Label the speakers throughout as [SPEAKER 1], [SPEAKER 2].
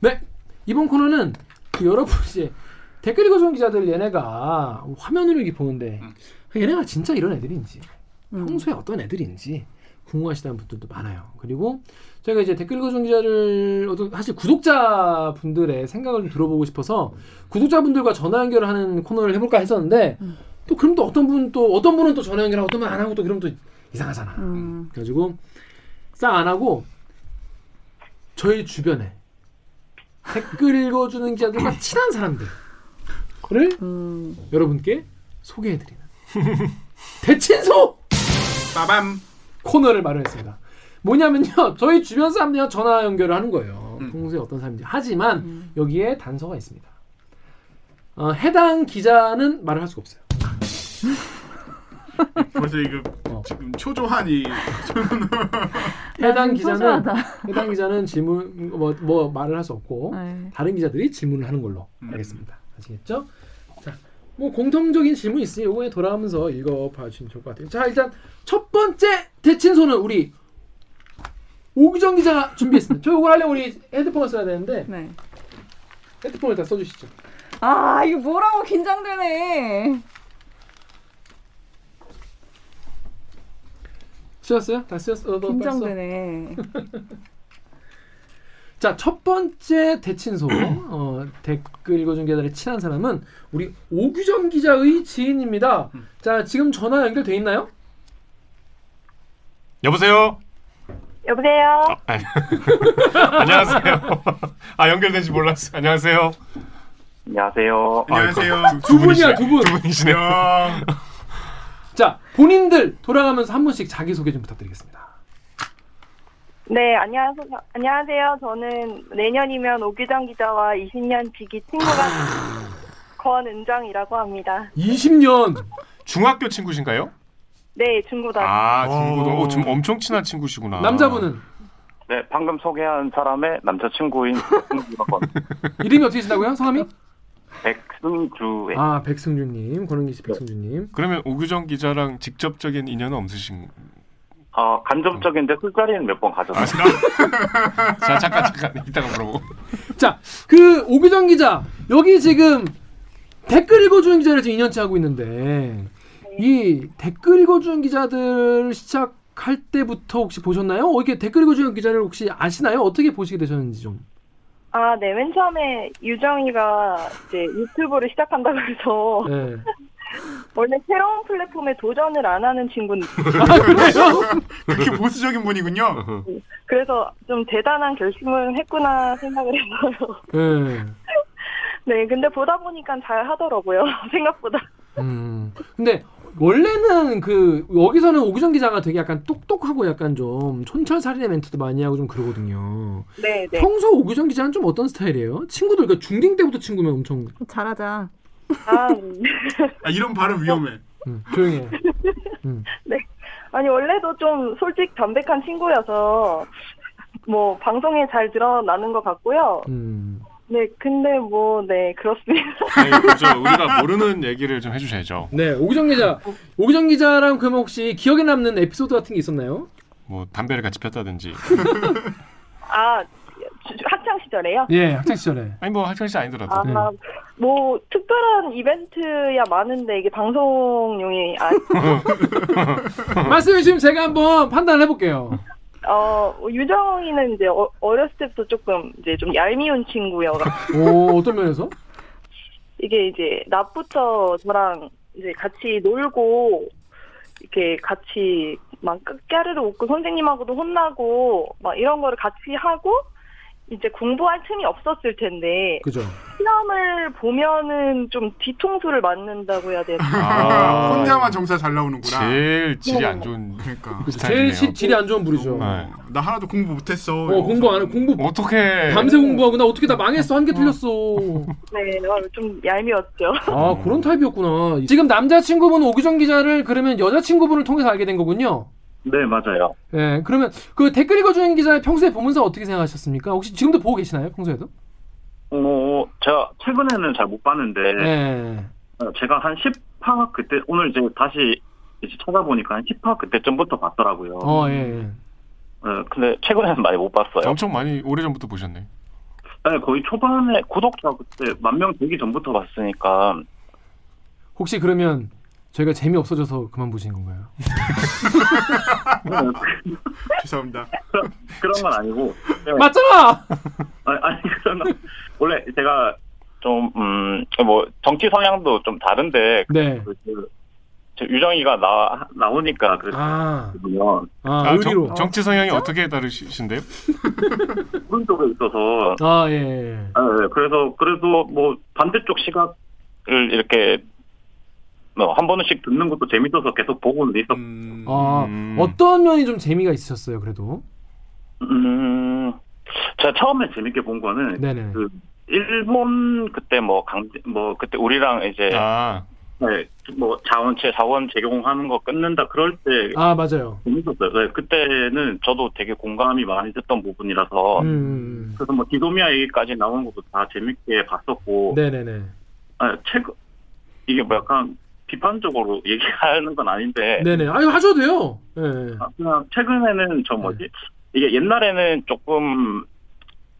[SPEAKER 1] 네, 이번 코너는 그 여러분 이제 댓글 읽어주는 기자들 얘네가 화면으로 이렇게 보는데 그러니까
[SPEAKER 2] 음.
[SPEAKER 1] 얘네가 진짜 이런 애들인지
[SPEAKER 3] 음.
[SPEAKER 1] 평소에 어떤 애들인지 궁금하시다는 분들도 많아요. 그리고 저희가 이제 댓글 읽어주는 기자를 어떤 사실 구독자 분들의 생각을 좀 들어보고 싶어서 구독자 분들과 전화 연결하는 코너를 해볼까 했었는데
[SPEAKER 3] 음.
[SPEAKER 1] 또 그럼 또 어떤 분 또 어떤 분은 또 전화 연결하고 어떤 분안 하고 또 그럼 또 이상하잖아.
[SPEAKER 3] 음.
[SPEAKER 1] 그래가지고 싹 안 하고 저희 주변에 댓글 읽어주는 기자들과 친한 사람들을
[SPEAKER 3] 음.
[SPEAKER 1] 여러분께 소개해드리는 대친소
[SPEAKER 2] 빠밤.
[SPEAKER 1] 코너를 마련했습니다. 뭐냐면요, 저희 주변 사람들이랑 전화 연결을 하는 거예요.
[SPEAKER 2] 음.
[SPEAKER 1] 평소에 어떤 사람인지. 하지만 여기에 단서가 있습니다. 어, 해당 기자는 말을 할 수가 없어요.
[SPEAKER 2] 벌써 이거
[SPEAKER 1] 어.
[SPEAKER 2] 지금 초조하니.
[SPEAKER 1] 해당
[SPEAKER 3] 나는
[SPEAKER 1] 기자는
[SPEAKER 3] 소중하다.
[SPEAKER 1] 해당 기자는 질문 뭐, 뭐 말을 할 수 없고
[SPEAKER 3] 네.
[SPEAKER 1] 다른 기자들이 질문을 하는 걸로
[SPEAKER 2] 음.
[SPEAKER 1] 알겠습니다. 아시겠죠? 자, 뭐 공통적인 질문 있으니 요거에 돌아오면서 읽어봐 주시면 좋을 것 같아요. 자, 일단 첫 번째 대친소는 우리 오기정 기자가 준비했습니다. 저 이거 하려면 우리 헤드폰을 써야 되는데
[SPEAKER 3] 네.
[SPEAKER 1] 헤드폰을 다 써주시죠.
[SPEAKER 3] 아 이거 뭐라고 긴장되네.
[SPEAKER 1] 쓰셨어요? 다 쓰셨어? 어, 너 빨리 써.
[SPEAKER 3] 긴장되네.
[SPEAKER 1] 자, 첫 번째 대친소 어, 댓글 읽어준 기자들의 친한 사람은 우리 오규정 기자의 지인입니다. 자, 지금 전화 연결돼 있나요?
[SPEAKER 4] 여보세요?
[SPEAKER 5] 여보세요.
[SPEAKER 4] 아, 아니. 안녕하세요. 아, 연결된지 몰랐어요. 안녕하세요.
[SPEAKER 6] 안녕하세요.
[SPEAKER 2] 안녕하세요.
[SPEAKER 1] 두 아, 분이야, 두 분.
[SPEAKER 4] 두 아, 그 분이시네요.
[SPEAKER 2] 야.
[SPEAKER 1] 자, 본인들 돌아가면서 한 분씩 자기 소개 좀 부탁드리겠습니다.
[SPEAKER 5] 네, 안녕하세요. 안녕하세요. 저는 내년이면 오규정 기자와 20년 지기 친구가
[SPEAKER 4] 아.
[SPEAKER 5] 권은정이라고 합니다.
[SPEAKER 1] 20년
[SPEAKER 4] 중학교 친구신가요?
[SPEAKER 5] 네, 중고등학교.
[SPEAKER 4] 아, 친구도
[SPEAKER 2] 오.
[SPEAKER 4] 어, 좀 엄청 친한 친구시구나.
[SPEAKER 1] 남자분은
[SPEAKER 6] 네, 방금 소개한 사람의 남자친구인 백승주라고 합니다.
[SPEAKER 1] 이름이 어떻게 되신다고요? 성함이?
[SPEAKER 6] 백승주의
[SPEAKER 1] 아, 백승준님, 권은기 씨, 백승준님.
[SPEAKER 4] 네. 그러면 오규정 기자랑 직접적인 인연은 없으신
[SPEAKER 6] 어, 간접적인데 술자리는 몇 번 가셨어요.
[SPEAKER 4] 자, 아, 잠깐 잠깐 이따가 물어보고.
[SPEAKER 1] 자, 그 오규정 기자 여기 지금 댓글 읽어주는 기자를 지금 2년째 하고 있는데
[SPEAKER 5] 네.
[SPEAKER 1] 이 댓글 읽어주는 기자들 시작할 때부터 혹시 보셨나요? 어, 이렇게 댓글 읽어주는 기자를 혹시 아시나요? 어떻게 보시게 되셨는지 좀.
[SPEAKER 5] 아, 네, 맨 처음에 유정이가 이제 유튜브를 시작한다고 해서
[SPEAKER 1] 네.
[SPEAKER 5] 원래 새로운 플랫폼에 도전을 안 하는 친구인데
[SPEAKER 2] 그렇게 보수적인 분이군요.
[SPEAKER 5] 그래서 좀 대단한 결심을 했구나 생각을 했어요.
[SPEAKER 4] 예.
[SPEAKER 1] 네.
[SPEAKER 5] 네, 근데 보다 보니까 잘 하더라고요. 생각보다.
[SPEAKER 1] 음. 근데 원래는 그 여기서는 오규정 기자가 되게 약간 똑똑하고 약간 좀 촌철살인의 멘트도 많이 하고 좀 그러거든요.
[SPEAKER 5] 네, 네.
[SPEAKER 1] 평소 오규정 기자는 좀 어떤 스타일이에요? 친구들 그러니까 중딩 때부터 친구면 엄청
[SPEAKER 3] 잘하자.
[SPEAKER 5] 아, 음.
[SPEAKER 2] 아, 이런 발음 위험해.
[SPEAKER 1] 음, 조용히 해.
[SPEAKER 5] 아니 원래도 좀 솔직 담백한 친구여서 뭐 방송에 잘 드러나는 것 같고요.
[SPEAKER 1] 음.
[SPEAKER 5] 네, 근데 뭐 네 그렇습니다.
[SPEAKER 4] 네, 그렇죠. 우리가 모르는 얘기를 좀 해주셔야죠.
[SPEAKER 1] 네, 오기정 기자. 오기정 기자랑 그럼 혹시 기억에 남는 에피소드 같은 게 있었나요?
[SPEAKER 4] 뭐 담배를 같이 폈다든지.
[SPEAKER 5] 아 주- 주- 학창 시절에요.
[SPEAKER 1] 예, 학창 시절에.
[SPEAKER 4] 아니 뭐 학창시 아니더라도.
[SPEAKER 5] 아,
[SPEAKER 1] 네.
[SPEAKER 5] 뭐 특별한 이벤트야 많은데 이게 방송용이 아,
[SPEAKER 1] 말씀해 주시면 제가 한번 판단을 해볼게요.
[SPEAKER 5] 어 유정이는 이제 어, 어렸을 때부터 조금 이제 좀 얄미운 친구여.
[SPEAKER 1] 오, 어떤 면에서?
[SPEAKER 5] 이게 이제 낮부터 저랑 이제 같이 놀고 이렇게 같이 막 깨르르 웃고 선생님하고도 혼나고 막 이런 거를 같이 하고 이제 공부할 틈이 없었을 텐데
[SPEAKER 1] 그죠.
[SPEAKER 5] 시험을 보면은 좀 뒤통수를 맞는다고 해야 되나?
[SPEAKER 4] 아.
[SPEAKER 2] 혼자만 정사 잘 나오는구나.
[SPEAKER 4] 제일 질이 안 좋은
[SPEAKER 2] 그러니까.
[SPEAKER 1] 그죠.
[SPEAKER 4] 스타일이네요.
[SPEAKER 1] 제일 시, 질이 안 좋은 부류죠.
[SPEAKER 4] 네.
[SPEAKER 1] 어,
[SPEAKER 2] 어, 나 하나도 공부 못했어.
[SPEAKER 1] 공부 안 해. 공부
[SPEAKER 4] 어떻게
[SPEAKER 1] 밤새 공부하고 나 어떻게 다 망했어. 한 개 틀렸어.
[SPEAKER 5] 네, 어, 좀 얄미웠죠.
[SPEAKER 1] 아,
[SPEAKER 4] 음.
[SPEAKER 1] 그런 타입이었구나. 지금 남자친구분 오기정 기자를 그러면 여자친구분을 통해서 알게 된 거군요.
[SPEAKER 6] 네, 맞아요.
[SPEAKER 1] 예, 그러면 그 댓글 읽어주는 기자의 평소에 보면서 어떻게 생각하셨습니까? 혹시 지금도 보고 계시나요? 평소에도?
[SPEAKER 6] 어, 제가 최근에는 잘 못 봤는데
[SPEAKER 4] 네.
[SPEAKER 1] 예.
[SPEAKER 6] 어, 제가 한 10화 그때 오늘 이제 다시 이제 찾아보니까 한 10화 그때쯤부터 봤더라고요.
[SPEAKER 1] 어, 예. 예.
[SPEAKER 6] 어, 근데 최근에는 많이 못 봤어요.
[SPEAKER 4] 엄청 많이 오래 전부터 보셨네.
[SPEAKER 6] 네, 거의 초반에 구독자 그때 만 명 되기 전부터 봤으니까
[SPEAKER 1] 혹시 그러면 저희가 재미 없어져서 그만 보신 건가요?
[SPEAKER 6] 네,
[SPEAKER 2] 죄송합니다.
[SPEAKER 6] 그런, 그런 건 아니고 네,
[SPEAKER 1] 맞잖아.
[SPEAKER 6] 아니, 아니 그런 건- 원래 제가 좀 음 뭐 정치 성향도 좀 다른데
[SPEAKER 1] 네.
[SPEAKER 6] 그, 그, 저 유정이가 나 나오니까 그랬거든요.
[SPEAKER 1] 아, 아,
[SPEAKER 4] 아,
[SPEAKER 1] 의리로.
[SPEAKER 4] 정, 정치 성향이 어떻게 다르신데요?
[SPEAKER 6] 오른쪽에 있어서
[SPEAKER 1] 아, 예, 예.
[SPEAKER 6] 아, 네, 그래서 그래도 뭐 반대쪽 시각을 이렇게 뭐 한 번씩 듣는 것도 재밌어서 계속 보고는 있었.
[SPEAKER 2] 음,
[SPEAKER 1] 아,
[SPEAKER 4] 음.
[SPEAKER 1] 어떤 면이 좀 재미가 있으셨어요, 그래도?
[SPEAKER 6] 음, 제가 처음에 재밌게 본 거는
[SPEAKER 1] 네네.
[SPEAKER 6] 그- 일본 그때 뭐 강, 뭐 그때 우리랑 이제
[SPEAKER 4] 아,
[SPEAKER 6] 네, 뭐 자원체 자원 제공하는 거 끊는다 그럴 때
[SPEAKER 1] 아, 맞아요.
[SPEAKER 6] 재밌었어요. 네, 그때는 저도 되게 공감이 많이 됐던 부분이라서.
[SPEAKER 1] 음, 음,
[SPEAKER 6] 그래서 뭐 디도미아 얘기까지 나오는 것도 다 재밌게
[SPEAKER 1] 음.
[SPEAKER 6] 봤었고
[SPEAKER 1] 네네네.
[SPEAKER 6] 아, 최근 이게 뭐 약간 비판적으로 얘기하는 건 아닌데
[SPEAKER 1] 네네. 아니, 하셔도 돼요. 예, 예.
[SPEAKER 6] 아, 그냥 최근에는
[SPEAKER 1] 네.
[SPEAKER 6] 저 뭐지 이게 옛날에는 조금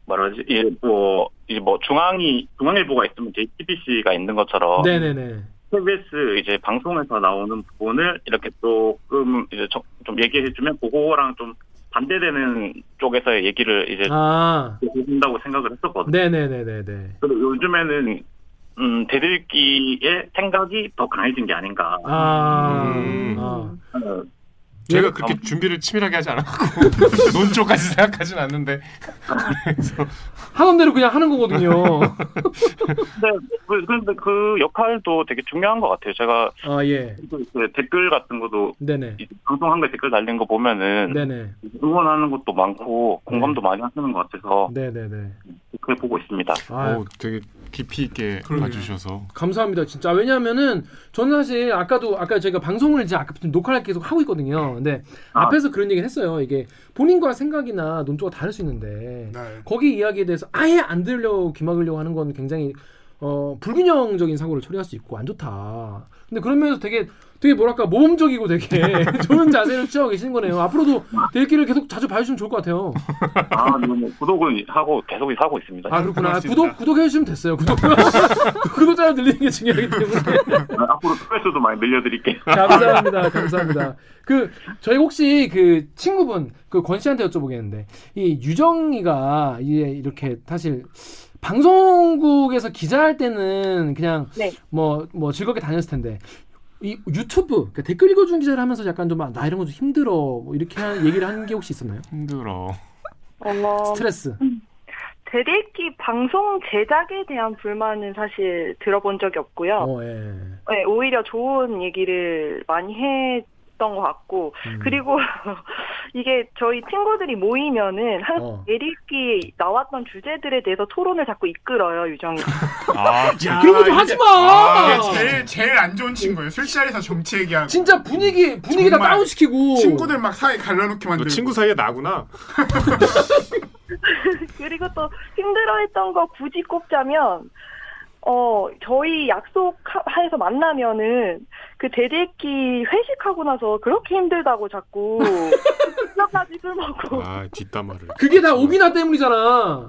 [SPEAKER 6] 뭐라지 이뭐 이제 뭐 중앙이 중앙일보가 있으면 JTBC가 있는 것처럼
[SPEAKER 1] 네네네.
[SPEAKER 6] KBS 이제 방송에서 나오는 부분을 이렇게 조금 이제 저- 좀 얘기해주면 그거랑 좀 반대되는 쪽에서의 얘기를 이제
[SPEAKER 1] 아,
[SPEAKER 6] 해준다고 생각을 했었거든요.
[SPEAKER 1] 네네네네네.
[SPEAKER 6] 그리고 요즘에는 음, 대들기의 생각이 더 강해진 게 아닌가.
[SPEAKER 1] 아,
[SPEAKER 4] 음.
[SPEAKER 1] 아. 예?
[SPEAKER 6] 어,
[SPEAKER 4] 제가 그렇게 준비를 치밀하게 하지 않았고 논조까지 생각하진 않는데 그래서
[SPEAKER 1] 하던 대로 그냥 하는 거거든요.
[SPEAKER 6] 근데 그, 근데 그 역할도 되게 중요한 것 같아요. 제가
[SPEAKER 1] 아, 예.
[SPEAKER 6] 그 댓글 같은 것도
[SPEAKER 1] 네네.
[SPEAKER 6] 이 방송한 거 댓글 달린 거 보면은
[SPEAKER 1] 네네. 네.
[SPEAKER 6] 응원하는 것도 많고 공감도 많이 하시는 것 같아서
[SPEAKER 1] 네네네.
[SPEAKER 6] 그렇게 보고 있습니다.
[SPEAKER 1] 아,
[SPEAKER 4] 어, 되게 깊이 있게
[SPEAKER 2] 그러게요.
[SPEAKER 4] 봐주셔서
[SPEAKER 1] 감사합니다. 진짜 왜냐하면은 저는 사실 아까도 아까 제가 방송을 이제 아까 지금 녹화를 계속 하고 있거든요. 근데
[SPEAKER 6] 아.
[SPEAKER 1] 앞에서 그런 얘기를 했어요. 이게 본인과 생각이나 논조가 다를 수 있는데
[SPEAKER 2] 네.
[SPEAKER 1] 거기 이야기에 대해서 아예 안 들으려고 귀막으려고 하는 건 굉장히 어, 불균형적인 사고를 처리할 수 있고 안 좋다. 근데 그런 면에서 되게 되게 뭐랄까 모범적이고 되게 좋은 자세를 취하고 계시는 거네요. 앞으로도 데일기를 계속 자주 봐주시면 좋을 것 같아요.
[SPEAKER 6] 아, 네, 뭐 구독은 하고 계속 하고 있습니다.
[SPEAKER 1] 아 그렇구나. 아,
[SPEAKER 2] 고맙습니다.
[SPEAKER 1] 구독 구독해 주시면 됐어요. 구독 구독자를 늘리는 게 중요하기 때문에.
[SPEAKER 6] 아, 앞으로 스트레스도 많이 늘려드릴게요.
[SPEAKER 1] 감사합니다. 감사합니다. 그 저희 혹시 그 친구분 그 권 씨한테 여쭤보겠는데 이 유정이가 이제 이렇게 사실 방송국에서 기자할 때는 그냥
[SPEAKER 5] 네.
[SPEAKER 1] 뭐 뭐 즐겁게 다녔을 텐데 이 유튜브 그러니까 댓글 읽어주는 기자를 하면서 약간 좀 아, 나 이런 거 좀 힘들어 뭐 이렇게 한- 얘기를 하는 게 혹시 있었나요?
[SPEAKER 4] 힘들어.
[SPEAKER 5] 어,
[SPEAKER 1] 스트레스.
[SPEAKER 5] 대리기 방송 제작에 대한 불만은 사실 들어본 적이 없고요.
[SPEAKER 1] 어, 예.
[SPEAKER 5] 네, 오히려 좋은 얘기를 많이 했던 것 같고
[SPEAKER 1] 음.
[SPEAKER 5] 그리고 이게 저희 친구들이 모이면은 항상
[SPEAKER 1] 어.
[SPEAKER 5] 대리기 나왔던 주제들에 대해서 토론을 자꾸 이끌어요 유정이.
[SPEAKER 4] 아, 진짜.
[SPEAKER 1] 그런 거 좀 하지 마.
[SPEAKER 2] 아, 이게 제일 제일 안 좋은 친구예요. 술자리에서 정치 얘기하고
[SPEAKER 1] 진짜 분위기 분위기 다
[SPEAKER 2] 정말
[SPEAKER 1] 다운 시키고
[SPEAKER 2] 친구들 막 사이 갈라놓게
[SPEAKER 4] 너
[SPEAKER 2] 만들고
[SPEAKER 4] 친구 사이에 나구나.
[SPEAKER 5] 그리고 또 힘들어했던 거 굳이 꼽자면 어 저희 약속해서 만나면은 그 대리기 회식하고 나서 그렇게 힘들다고 자꾸 끝까지 술 먹고
[SPEAKER 4] 아, 뒷담화를.
[SPEAKER 1] 그게 다 오비나 때문이잖아.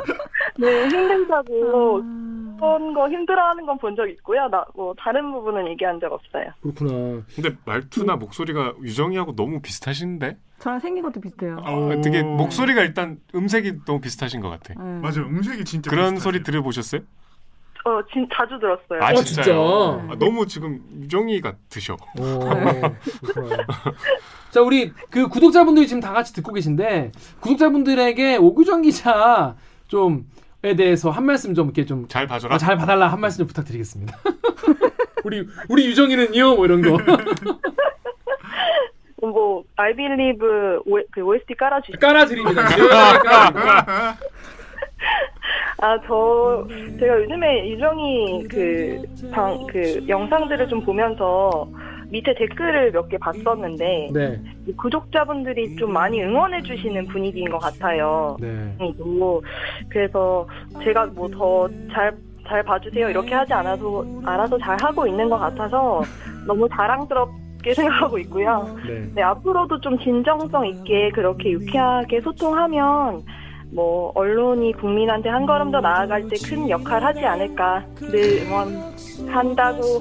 [SPEAKER 5] 네 힘들다고
[SPEAKER 3] 음.
[SPEAKER 5] 그런 거 힘들어하는 건 본 적 있고요. 나 뭐 다른 부분은 얘기한 적 없어요.
[SPEAKER 1] 그렇구나.
[SPEAKER 4] 근데 말투나 목소리가 유정이하고 너무 비슷하신데?
[SPEAKER 3] 저랑 생긴 것도 비슷해요.
[SPEAKER 4] 아,
[SPEAKER 2] 오.
[SPEAKER 4] 되게 목소리가 일단 음색이 너무 비슷하신 것 같아.
[SPEAKER 3] 네.
[SPEAKER 2] 맞아요. 음색이 진짜
[SPEAKER 4] 그런
[SPEAKER 2] 비슷하죠.
[SPEAKER 4] 소리 들어보셨어요?
[SPEAKER 5] 어, 진 자주 들었어요.
[SPEAKER 4] 아,
[SPEAKER 1] 어,
[SPEAKER 4] 진짜요?
[SPEAKER 1] 진짜?
[SPEAKER 4] 아, 너무 지금 유정이 같으셔. 음,
[SPEAKER 1] 오, 그렇구나. 자, 우리 그 구독자분들이 지금 다 같이 듣고 계신데 구독자분들에게 오규정 기자 좀에 대해서 한 말씀 좀 이렇게 좀
[SPEAKER 4] 잘
[SPEAKER 1] 아,
[SPEAKER 4] 봐줘라.
[SPEAKER 1] 잘 봐달라 한 말씀 좀 부탁드리겠습니다. 우리 우리 유정이는요, 뭐 이런 거.
[SPEAKER 5] 뭐 I Believe O- 그 OST 깔아주시.
[SPEAKER 1] 깔아드립니다. 예, 깔아드립니다.
[SPEAKER 5] 아저 제가 요즘에 유정이 그방그 영상들을 좀 보면서 밑에 댓글을 몇 개 봤었는데
[SPEAKER 1] 네,
[SPEAKER 5] 이 구독자분들이 좀 많이 응원해주시는 분위기인 것 같아요.
[SPEAKER 1] 네.
[SPEAKER 5] 도 그래서 제가 뭐 더 잘 잘 봐주세요 이렇게 하지 않아도 알아서 잘 하고 있는 것 같아서 너무 자랑스럽게 생각하고 있고요.
[SPEAKER 1] 네.
[SPEAKER 5] 네 앞으로도 좀 진정성 있게 그렇게 유쾌하게 소통하면 뭐 언론이 국민한테 한 걸음 더 나아갈 때 큰 역할 하지 않을까 늘 응원한다고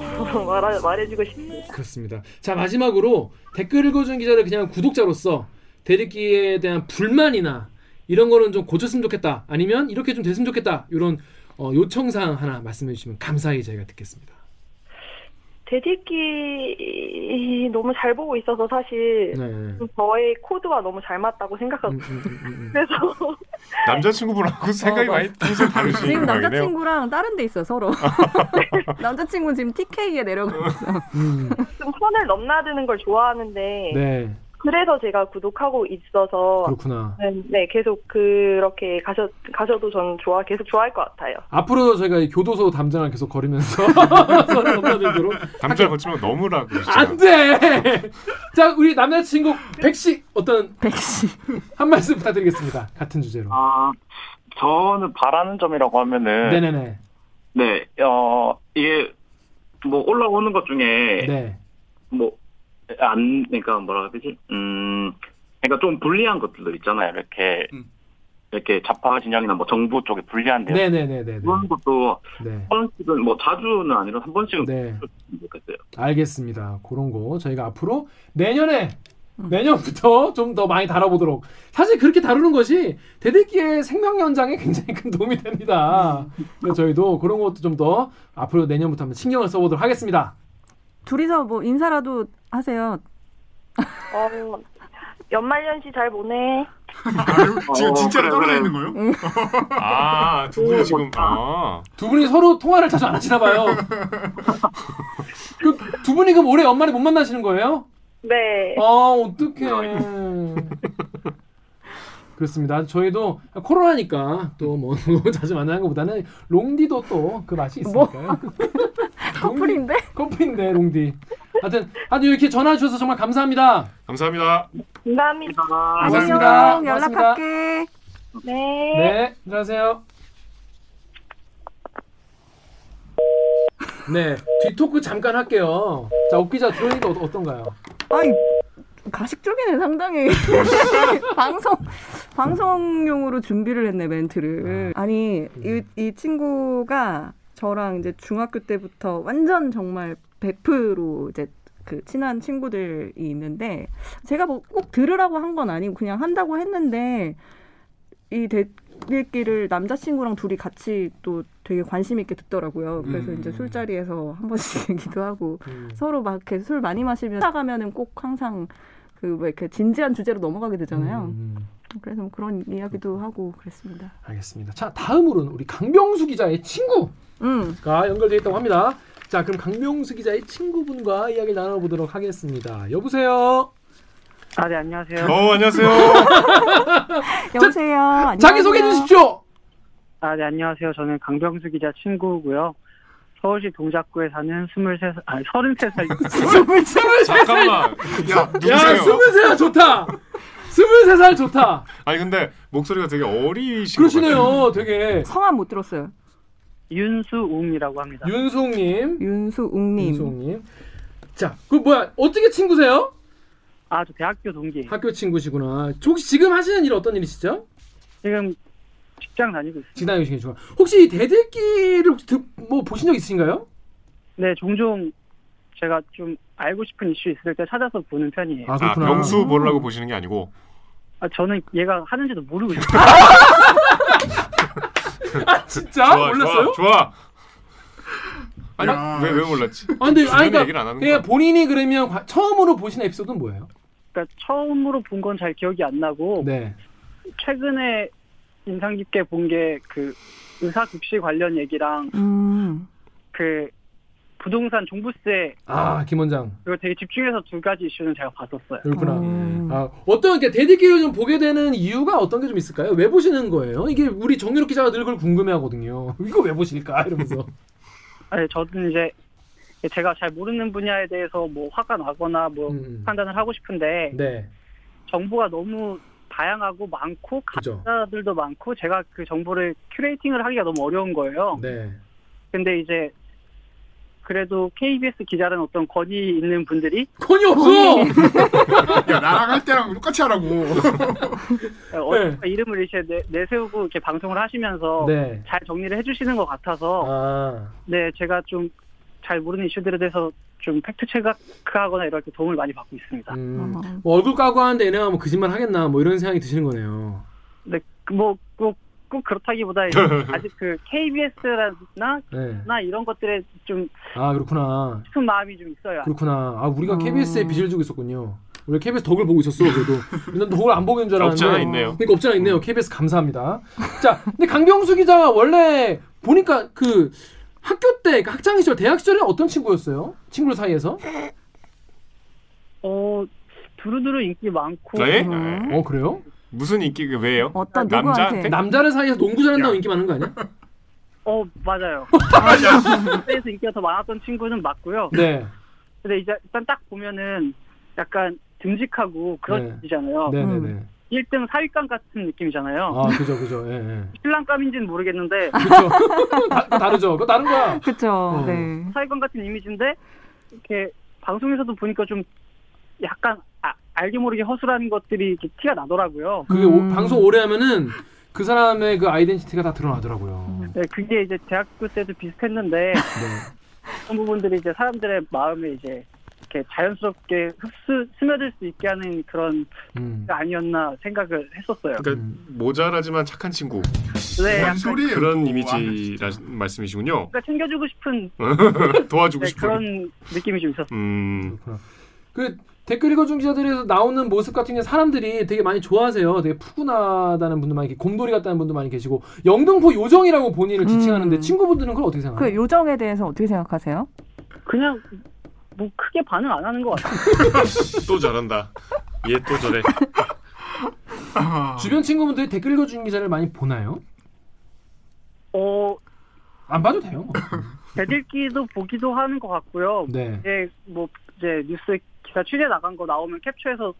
[SPEAKER 5] 말하- 말해주고 싶습니다.
[SPEAKER 1] 그렇습니다. 자 마지막으로 댓글 읽어주는 기자를 그냥 구독자로서 대리기에 대한 불만이나 이런 거는 좀 고쳤으면 좋겠다. 아니면 이렇게 좀 됐으면 좋겠다. 이런 어, 요청사항 하나 말씀해 주시면 감사히 저희가 듣겠습니다.
[SPEAKER 5] 대디기 너무 잘 보고 있어서 사실
[SPEAKER 1] 네. 음,
[SPEAKER 5] 저의 코드와 너무 잘 맞다고 생각하고
[SPEAKER 1] 음, 음, 음.
[SPEAKER 5] 그래서
[SPEAKER 4] 남자친구분하고 생각이
[SPEAKER 3] 어,
[SPEAKER 4] 많이 평소 다르신
[SPEAKER 3] 지금
[SPEAKER 4] 모양이네요.
[SPEAKER 3] 남자친구랑 다른 데 있어 서로. 남자친구 는 지금 TK에 내려가 있어.
[SPEAKER 1] 음,
[SPEAKER 5] 좀 선을 넘나드는 걸 좋아하는데
[SPEAKER 1] 네.
[SPEAKER 5] 그래서 제가 구독하고 있어서
[SPEAKER 1] 그렇구나.
[SPEAKER 5] 네 계속 그렇게 가셔 가셔도 저는 좋아 계속 좋아할 것 같아요.
[SPEAKER 1] 앞으로도 저희가 이 교도소 담장을 계속 거리면서 서로 넘나들도록
[SPEAKER 4] 남자를 거치면 너무라 그러시잖아.
[SPEAKER 1] 안 돼. 자, 우리 남자친구 백씨 어떤
[SPEAKER 3] 백씨.
[SPEAKER 1] 한 말씀 부탁드리겠습니다. 같은 주제로.
[SPEAKER 6] 아, 저는 바라는 점이라고 하면은
[SPEAKER 1] 네, 네, 네.
[SPEAKER 6] 네, 어, 이게 뭐 올라오는 것 중에
[SPEAKER 1] 네.
[SPEAKER 6] 뭐 안 그러니까 뭐라 해야 되지? 음, 그러니까 좀 불리한 것들도 있잖아요. 이렇게
[SPEAKER 2] 음.
[SPEAKER 6] 이렇게 좌파 진영이나 뭐 정부 쪽에 불리한데
[SPEAKER 1] 네, 네, 네, 네.
[SPEAKER 6] 그런 것도
[SPEAKER 1] 네.
[SPEAKER 6] 한 번씩은 뭐 자주는 아니라 한 번씩은
[SPEAKER 1] 네.
[SPEAKER 6] 좋겠어요.
[SPEAKER 1] 알겠습니다. 그런 거 저희가 앞으로 내년에
[SPEAKER 3] 음.
[SPEAKER 1] 내년부터 좀 더 많이 다뤄보도록. 사실 그렇게 다루는 것이 대들기의 생명 연장에 굉장히 큰 도움이 됩니다. 그래서 저희도 그런 것도 좀 더 앞으로 내년부터 한번 신경을 써보도록 하겠습니다.
[SPEAKER 3] 둘이서 뭐 인사라도 하세요.
[SPEAKER 5] 어, 연말연시 잘 보내.
[SPEAKER 2] 아유, 지금
[SPEAKER 6] 어,
[SPEAKER 2] 진짜로
[SPEAKER 6] 그래,
[SPEAKER 2] 떨어져
[SPEAKER 6] 그래.
[SPEAKER 2] 있는 거예요?
[SPEAKER 4] 아, 두 분이 지금 아.
[SPEAKER 1] 두 분이 서로 통화를 자주 안 하시나 봐요. 그, 두 분이 그럼 올해 연말에 못 만나시는 거예요?
[SPEAKER 5] 네.
[SPEAKER 1] 아 어떡해 그렇습니다 저희도 코로나니까 또 뭐 자주 만나는 것보다는 롱디도 또 그 맛이 있으니까요
[SPEAKER 3] 뭐? 커플인데?
[SPEAKER 1] 커플인데 롱디 하여튼 하여튼 이렇게 전화 주셔서 정말 감사합니다
[SPEAKER 4] 감사합니다.
[SPEAKER 5] 감사합니다.
[SPEAKER 1] 감사합니다.
[SPEAKER 3] 안녕.
[SPEAKER 1] 고맙습니다.
[SPEAKER 3] 연락할게.
[SPEAKER 1] 네 들어가세요 네 뒤토크 잠깐 할게요 자 옥기자 들어오니까 어- 어떤가요?
[SPEAKER 3] 아이 가식 쪽에는 상당히 방송 방송용으로 준비를 했네 멘트를. 아니
[SPEAKER 1] 음.
[SPEAKER 3] 이, 이 친구가 저랑 이제 중학교 때부터 완전 정말 100% 이제 그 친한 친구들이 있는데 제가 뭐 꼭 들으라고 한 건 아니고 그냥 한다고 했는데 이 대들기를 남자친구랑 둘이 같이 또 되게 관심 있게 듣더라고요. 그래서
[SPEAKER 1] 음.
[SPEAKER 3] 이제 술자리에서 한 번씩 얘기도 하고
[SPEAKER 1] 음.
[SPEAKER 3] 서로 막 이렇게 술 많이 마시면 나가면은 꼭 항상 그 뭐 이렇게 진지한 주제로 넘어가게 되잖아요.
[SPEAKER 1] 음, 음.
[SPEAKER 3] 그래서 뭐 그런 이야기도 하고 그랬습니다.
[SPEAKER 1] 알겠습니다 자 다음으로는 우리 강병수 기자의 친구
[SPEAKER 3] 음,
[SPEAKER 1] 가 연결되어 있다고 합니다. 자, 그럼 강명수 기자의 친구분과 이야기를 나눠보도록 하겠습니다. 여보세요.
[SPEAKER 7] 아, 네, 안녕하세요.
[SPEAKER 4] 어, 안녕하세요.
[SPEAKER 3] 여보세요. 안녕하세요.
[SPEAKER 1] 자기 소개해 주십시오.
[SPEAKER 7] 아, 네, 안녕하세요. 저는 강병수 기자 친구고요. 서울시 동작구에 사는 23살, 아니, 33살.
[SPEAKER 4] 잠깐만.
[SPEAKER 2] 야,
[SPEAKER 1] 야,
[SPEAKER 4] 누구세요?
[SPEAKER 1] 스물세 살 좋다. 스물세 살 좋다.
[SPEAKER 4] 아니 근데 목소리가 되게 어리신 것 같아요.
[SPEAKER 1] 그러시네요. 되게
[SPEAKER 3] 성함 못 들었어요.
[SPEAKER 7] 윤수웅이라고 합니다.
[SPEAKER 1] 윤송님,
[SPEAKER 3] 윤수웅님.
[SPEAKER 1] 윤송님. 자, 그 뭐야? 어떻게 친구세요?
[SPEAKER 7] 아, 저 대학교 동기.
[SPEAKER 1] 학교 친구시구나. 혹시 지금 하시는 일 어떤 일이시죠?
[SPEAKER 7] 지금 직장 다니고 있어요.
[SPEAKER 1] 지난 요식에 좋아. 혹시 이 대들기를 혹시 듣, 뭐 보신 적 있으신가요?
[SPEAKER 7] 네, 종종 제가 좀 알고 싶은 이슈 있을 때 찾아서 보는 편이에요. 아,
[SPEAKER 4] 아, 병수 보려고 보시는 게 아니고
[SPEAKER 7] 저는 얘가 하는지도 모르고 있어요.
[SPEAKER 1] 아, 진짜 몰랐어요?
[SPEAKER 4] 좋아, 좋아.
[SPEAKER 2] 야.
[SPEAKER 4] 아니 왜왜 몰랐지?
[SPEAKER 1] 아, 근데
[SPEAKER 4] 주변에
[SPEAKER 1] 아니
[SPEAKER 4] 얘기를 안
[SPEAKER 1] 그러니까
[SPEAKER 4] 하는
[SPEAKER 1] 그냥
[SPEAKER 4] 거야.
[SPEAKER 1] 본인이 그러면 과- 처음으로 보신 에피소드는 뭐예요?
[SPEAKER 7] 그러니까 처음으로 본 건 잘 기억이 안 나고,
[SPEAKER 1] 네.
[SPEAKER 7] 최근에 인상 깊게 본 게 그 의사급식 관련 얘기랑
[SPEAKER 3] 음.
[SPEAKER 7] 그 부동산 종부세
[SPEAKER 1] 아, 김원장.
[SPEAKER 7] 그리고 되게 집중해서 두 가지 이슈는 제가 봤었어요.
[SPEAKER 1] 그렇구나.
[SPEAKER 3] 음.
[SPEAKER 1] 아, 어떤 게 대디기를 좀 보게 되는 이유가 어떤 게 좀 있을까요? 왜 보시는 거예요? 이게 우리 정유롭 기자가 늘 그걸 궁금해하거든요. 이거 왜 보실까 이러면서.
[SPEAKER 7] 아니, 네, 저는 이제 제가 잘 모르는 분야에 대해서 뭐 화가 나거나 뭐
[SPEAKER 1] 음.
[SPEAKER 7] 판단을 하고 싶은데
[SPEAKER 1] 네,
[SPEAKER 7] 정보가 너무 다양하고 많고
[SPEAKER 1] 그죠.
[SPEAKER 7] 가짜들도 많고 제가 그 정보를 큐레이팅을 하기가 너무 어려운 거예요.
[SPEAKER 1] 네,
[SPEAKER 7] 근데 이제
[SPEAKER 8] 그래도 KBS 기자는 어떤 권위 있는 분들이
[SPEAKER 1] 권이 없어.
[SPEAKER 2] 야 나랑 할 때랑 똑같이 하라고.
[SPEAKER 8] 어, 어디가 이름을 이제 내, 내세우고 이렇게 방송을 하시면서
[SPEAKER 1] 네.
[SPEAKER 8] 잘 정리를 해주시는 것 같아서
[SPEAKER 1] 아.
[SPEAKER 8] 네 제가 좀 잘 모르는 이슈들에 대해서 좀 팩트 체크하거나 이럴 때 도움을 많이 받고 있습니다.
[SPEAKER 1] 음.
[SPEAKER 3] 어.
[SPEAKER 1] 뭐 얼굴 까고 하는데 얘네가 뭐 거짓말 하겠나 뭐 이런 생각이 드시는 거네요.
[SPEAKER 8] 그 뭐꼭 꼭 그렇다기보다 이제 아직 그 KBS나
[SPEAKER 1] 네.
[SPEAKER 8] 나 이런 것들에 좀
[SPEAKER 1] 아 그렇구나.
[SPEAKER 8] 슬픈 마음이 좀 있어요.
[SPEAKER 1] 그렇구나. 아 우리가
[SPEAKER 3] 음.
[SPEAKER 1] KBS에 빚을 주고 있었군요. 우리 KBS 덕을 보고 있었어 그래도. 난 덕을 안 보고 있는 줄 알았는데.
[SPEAKER 4] 없잖아 있네요. 음.
[SPEAKER 1] 그러니까 없잖아 있네요. KBS 감사합니다. 자, 근데 강병수 기자가 원래 보니까 그 학교 때, 그 학창 시절, 대학 시절에 어떤 친구였어요? 친구들 사이에서? 네.
[SPEAKER 8] 어 두루두루 인기 많고
[SPEAKER 4] 네?
[SPEAKER 3] 음.
[SPEAKER 4] 네.
[SPEAKER 1] 어 그래요?
[SPEAKER 4] 무슨 인기가 왜요?
[SPEAKER 3] 어떤
[SPEAKER 4] 남자?
[SPEAKER 3] 누구한테?
[SPEAKER 1] 남자들 사이에서 농구 잘한다고
[SPEAKER 2] 야.
[SPEAKER 1] 인기 많은 거 아니야?
[SPEAKER 8] 어 맞아요. 그때에서 인기가 더 많았던 친구는 맞고요.
[SPEAKER 1] 네,
[SPEAKER 8] 근데 이제 일단 딱 보면은 약간 듬직하고
[SPEAKER 1] 네.
[SPEAKER 8] 그런 이잖아요.
[SPEAKER 1] 네, 네,
[SPEAKER 3] 음.
[SPEAKER 1] 네.
[SPEAKER 8] 1등 사위감 같은 느낌이잖아요.
[SPEAKER 1] 아 그죠, 그죠. 예, 예.
[SPEAKER 8] 신랑감인지는 모르겠는데
[SPEAKER 1] 그죠. 다, 그거 다르죠. 그거 다른 거야.
[SPEAKER 3] 그쵸.
[SPEAKER 1] 어.
[SPEAKER 3] 네.
[SPEAKER 8] 사위감 같은 이미지인데 이렇게 방송에서도 보니까 좀 약간 아, 알게 모르게 허술한 것들이 이렇게 티가 나더라고요.
[SPEAKER 1] 그게 오-
[SPEAKER 3] 음.
[SPEAKER 1] 방송 오래 하면은 그 사람의 그 아이덴티티가 다 드러나더라고요.
[SPEAKER 8] 네, 그게 이제 대학교 때도 비슷했는데
[SPEAKER 1] 네.
[SPEAKER 8] 그런 부분들이 이제 사람들의 마음에 이제 이렇게 자연스럽게 흡수 스며들 수 있게 하는 그런
[SPEAKER 1] 음.
[SPEAKER 8] 게 아니었나 생각을 했었어요.
[SPEAKER 4] 그러니까
[SPEAKER 1] 음.
[SPEAKER 4] 모자라지만 착한 친구 뭐
[SPEAKER 8] 네,
[SPEAKER 2] 뭔
[SPEAKER 8] 약간
[SPEAKER 2] 소리예요?
[SPEAKER 4] 그런
[SPEAKER 2] 그거.
[SPEAKER 4] 이미지라 말씀이시군요.
[SPEAKER 8] 뭔가 챙겨주고 싶은
[SPEAKER 4] 도와주고
[SPEAKER 8] 네,
[SPEAKER 4] 싶은.
[SPEAKER 8] 그런 느낌이 좀 있었어요.
[SPEAKER 4] 음.
[SPEAKER 1] 그렇구나. 그 댓글 읽어준 기자들에서 나오는 모습 같은 게 사람들이 되게 많이 좋아하세요. 되게 푸근하다는 분도 많이 계시고 곰돌이 같다는 분도 많이 계시고 영등포 요정이라고 본인을
[SPEAKER 3] 음.
[SPEAKER 1] 지칭하는데 친구분들은 그걸 어떻게 생각해요?
[SPEAKER 3] 그 요정에 대해서 어떻게 생각하세요?
[SPEAKER 8] 그냥 뭐 크게 반응 안 하는 것 같아요.
[SPEAKER 4] 또 잘한다. 얘 또 저래.
[SPEAKER 2] 아,
[SPEAKER 1] 주변 친구분들이 댓글 읽어준 기자를 많이 보나요?
[SPEAKER 8] 어,
[SPEAKER 1] 안 봐도 돼요.
[SPEAKER 8] 대들기도 보기도 하는 것 같고요.
[SPEAKER 1] 네.
[SPEAKER 8] 이제 뭐 이제 뉴스 기사 취재 나간 거 나오면 캡처해서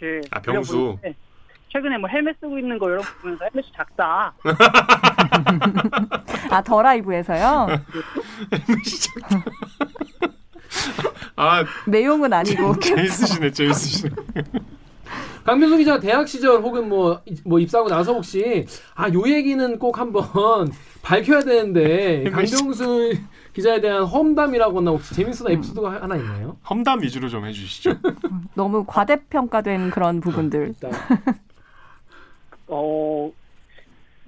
[SPEAKER 8] 이렇게
[SPEAKER 4] 아, 병수.
[SPEAKER 8] 올려보는데 최근에 뭐 헬멧 쓰고 있는 거 여러분 보면서 헬멧이 작다.
[SPEAKER 3] 아, 더 라이브에서요?
[SPEAKER 4] 아
[SPEAKER 3] 내용은 아니고.
[SPEAKER 4] 재밌으시네 재밌으시네.
[SPEAKER 1] 강민수 기자 대학 시절 혹은 뭐, 이- 뭐 입사하고 나서 혹시 아 요 얘기는 꼭 한번 밝혀야 되는데 강병수 기자에 대한 험담이라거나 혹시 재밌었던 에피소드가 하나 있나요?
[SPEAKER 4] 음. 험담 위주로 좀 해주시죠.
[SPEAKER 3] 너무 과대평가된 그런 부분들.
[SPEAKER 1] 일단
[SPEAKER 8] 어,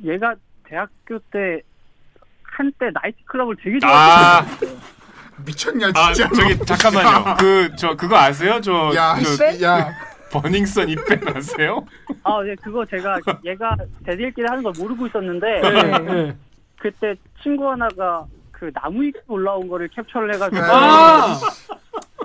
[SPEAKER 8] 얘가 대학교 때 한때 나이트 클럽을 되게
[SPEAKER 4] 아.
[SPEAKER 8] 좋아했어요.
[SPEAKER 2] 미쳤냐
[SPEAKER 4] 아
[SPEAKER 2] 진짜.
[SPEAKER 4] 저기 잠깐만요. 그 저 그거 아세요? 저,
[SPEAKER 2] 야,
[SPEAKER 4] 저
[SPEAKER 1] 네?
[SPEAKER 2] 씨, 야,
[SPEAKER 4] 버닝썬 입밴 아세요?
[SPEAKER 8] 아, 네, 그거 제가 얘가 대들기를 하는 걸 모르고 있었는데
[SPEAKER 3] 네.
[SPEAKER 1] 네.
[SPEAKER 8] 그때 친구 하나가 그 나무 위로 올라온 거를 캡처를 해가지고
[SPEAKER 1] 아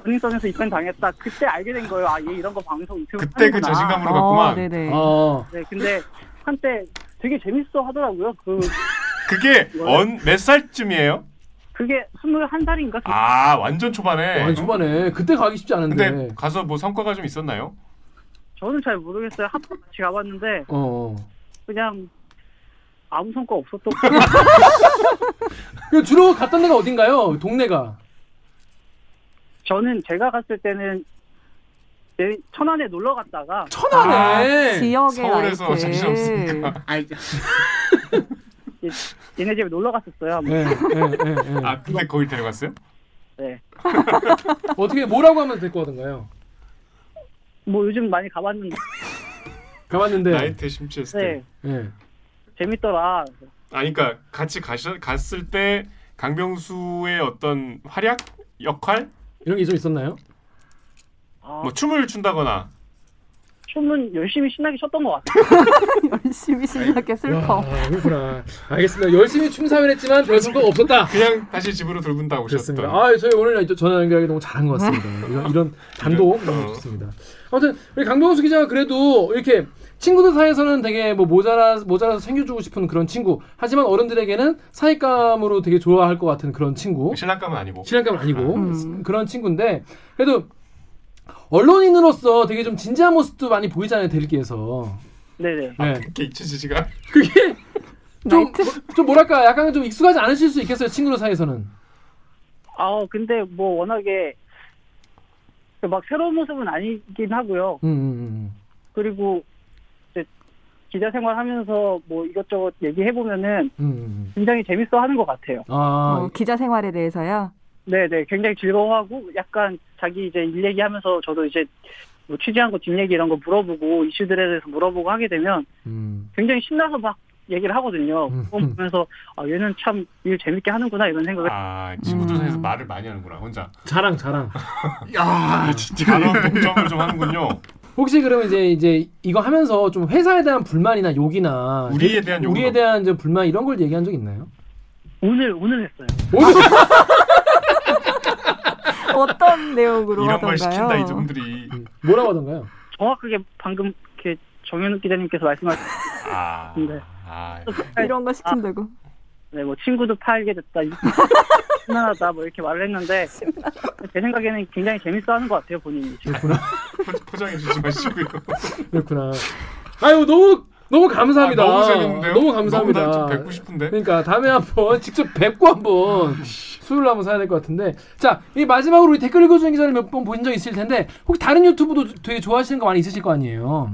[SPEAKER 8] 버닝썬에서 입변 당했다. 그때 알게 된 거예요. 아, 얘 이런 거 방송 유튜브
[SPEAKER 4] 그때 그
[SPEAKER 8] 하는구나.
[SPEAKER 4] 자신감으로
[SPEAKER 3] 어,
[SPEAKER 4] 갔구만.
[SPEAKER 3] 네네.
[SPEAKER 1] 어.
[SPEAKER 8] 네, 근데 한때 되게 재밌어 하더라고요. 그
[SPEAKER 4] 그게 언 몇 살쯤이에요?
[SPEAKER 8] 그게 21살인가?
[SPEAKER 4] 아 완전 초반에.
[SPEAKER 1] 아니 초반에 그때 가기 쉽지 않은데.
[SPEAKER 4] 근데 가서 뭐 성과가 좀 있었나요?
[SPEAKER 8] 저는 잘 모르겠어요. 한 번 같이 가봤는데
[SPEAKER 1] 어.
[SPEAKER 8] 그냥 아무 성과 없었던
[SPEAKER 1] 그 주로 갔던 데가 어딘가요? 동네가.
[SPEAKER 8] 저는 제가 갔을 때는 내 네, 천안에 놀러 갔다가
[SPEAKER 1] 아, 천안에.
[SPEAKER 3] 아, 지역의
[SPEAKER 4] 서울에서
[SPEAKER 3] 라이트.
[SPEAKER 4] 자신 없으니까.
[SPEAKER 2] 아,
[SPEAKER 8] 예, 얘네 집에 놀러 갔었어요.
[SPEAKER 1] 예, 예, 예, 예.
[SPEAKER 4] 아 근데 거기 데려갔어요?
[SPEAKER 8] 네.
[SPEAKER 1] 어떻게 뭐라고 하면 될 거 같은가요?
[SPEAKER 8] 뭐 요즘 많이 가봤는데
[SPEAKER 1] 가봤는데.
[SPEAKER 4] 나이트 심취했을 때.
[SPEAKER 8] 네,
[SPEAKER 1] 예.
[SPEAKER 8] 재밌더라.
[SPEAKER 4] 아 그러니까 같이 가셔, 갔을 때 강병수의 어떤 활약 역할
[SPEAKER 1] 이런 게 좀 있었나요?
[SPEAKER 8] 아,
[SPEAKER 4] 뭐 춤을 춘다거나
[SPEAKER 8] 춤은 열심히 신나게 췄던 것 같아요.
[SPEAKER 3] 열심히 신나게 슬퍼.
[SPEAKER 1] 야, 그렇구나. 알겠습니다. 열심히 춤 사연 했지만 별 성과가 없었다.
[SPEAKER 4] 그냥 다시 집으로 돌군다 오셨던
[SPEAKER 1] 그렇습니다. 아, 저희 오늘 저- 전화 연결하기 너무 잘한 것 같습니다. 이런, 이런 단독
[SPEAKER 4] 아. 어.
[SPEAKER 1] 너무 좋습니다. 아무튼 우리 강병수 기자가 그래도 이렇게 친구들 사이에서는 되게 뭐 모자라 모자라서 챙겨주고 싶은 그런 친구. 하지만 어른들에게는 사익감으로 되게 좋아할 것 같은 그런 친구.
[SPEAKER 4] 신랑감은 아니고
[SPEAKER 1] 친한감은 아니고
[SPEAKER 3] 음.
[SPEAKER 1] 그런 친구인데 그래도 언론인으로서 되게 좀 진지한 모습도 많이 보이잖아요 대리기에서.
[SPEAKER 8] 네네.
[SPEAKER 1] 네.
[SPEAKER 4] 이렇게 아, 잊혀지지가
[SPEAKER 1] 그게 좀,
[SPEAKER 3] 나이트?
[SPEAKER 1] 음, 좀 뭐랄까 약간 좀 익숙하지 않으실 수 있겠어요 친구들 사이에서는.
[SPEAKER 8] 아, 어, 근데 뭐 워낙에 막 새로운 모습은 아니긴 하고요.
[SPEAKER 1] 음, 음,
[SPEAKER 8] 그리고 이제 기자 생활하면서 뭐 이것저것 얘기해 보면은
[SPEAKER 1] 음, 음.
[SPEAKER 8] 굉장히 재밌어 하는 것 같아요.
[SPEAKER 1] 아,
[SPEAKER 3] 어, 기자 생활에 대해서요.
[SPEAKER 8] 네네, 굉장히 즐거워하고 약간 자기 이제 일 얘기하면서 저도 이제 뭐 취재한 거 뒷얘기 이런 거 물어보고 이슈들에 대해서 물어보고 하게 되면
[SPEAKER 1] 음.
[SPEAKER 8] 굉장히 신나서 막 얘기를 하거든요.
[SPEAKER 1] 음,
[SPEAKER 8] 그거
[SPEAKER 1] 음.
[SPEAKER 8] 보면서 아 얘는 참 일 재밌게 하는구나 이런 생각을
[SPEAKER 4] 아 친구들
[SPEAKER 3] 음.
[SPEAKER 4] 사이에서 말을 많이 하는구나 혼자.
[SPEAKER 1] 자랑, 자랑.
[SPEAKER 2] 야 진짜
[SPEAKER 4] 단어 동점을 좀 하는군요.
[SPEAKER 1] 혹시 그러면 이제 이제 이거 하면서 좀 회사에 대한 불만이나 욕이나
[SPEAKER 4] 우리에 대한 욕은
[SPEAKER 1] 우리에
[SPEAKER 4] 없-
[SPEAKER 1] 대한 이제 불만 이런 걸 얘기한 적 있나요?
[SPEAKER 8] 오늘 오늘 했어요.
[SPEAKER 3] 어떤 내용으로
[SPEAKER 4] 이런
[SPEAKER 3] 하던가요?
[SPEAKER 4] 걸 시킨다 이종들이.
[SPEAKER 1] 음, 뭐라고 하던가요?
[SPEAKER 8] 정확하게 방금 이렇게 정현욱 기자님께서 말씀하신
[SPEAKER 4] 아,
[SPEAKER 8] 네.
[SPEAKER 4] 아
[SPEAKER 3] 이런 거 시킨다고.
[SPEAKER 8] 네, 뭐 친구도 팔게 됐다, 이- 신나하다 뭐 이렇게 말을 했는데 제 생각에는 굉장히 재밌어하는 것 같아요 본인이.
[SPEAKER 4] 포- 포장해 주지 마시고요.
[SPEAKER 1] 그렇구나. 아유 너무 너무 감사합니다.
[SPEAKER 4] 아, 너무 재밌는데요?
[SPEAKER 1] 너무 감사합니다.
[SPEAKER 4] 너무 나좀 뵙고 싶은데. 아,
[SPEAKER 1] 그러니까 다음에 한번 직접 뵙고 한번 술을 한번 사야 될 것 같은데 자 이 마지막으로 우리 댓글 읽어주는 기자를 몇 번 보신 적 있을 텐데 혹시 다른 유튜브도 되게 좋아하시는 거 많이 있으실 거 아니에요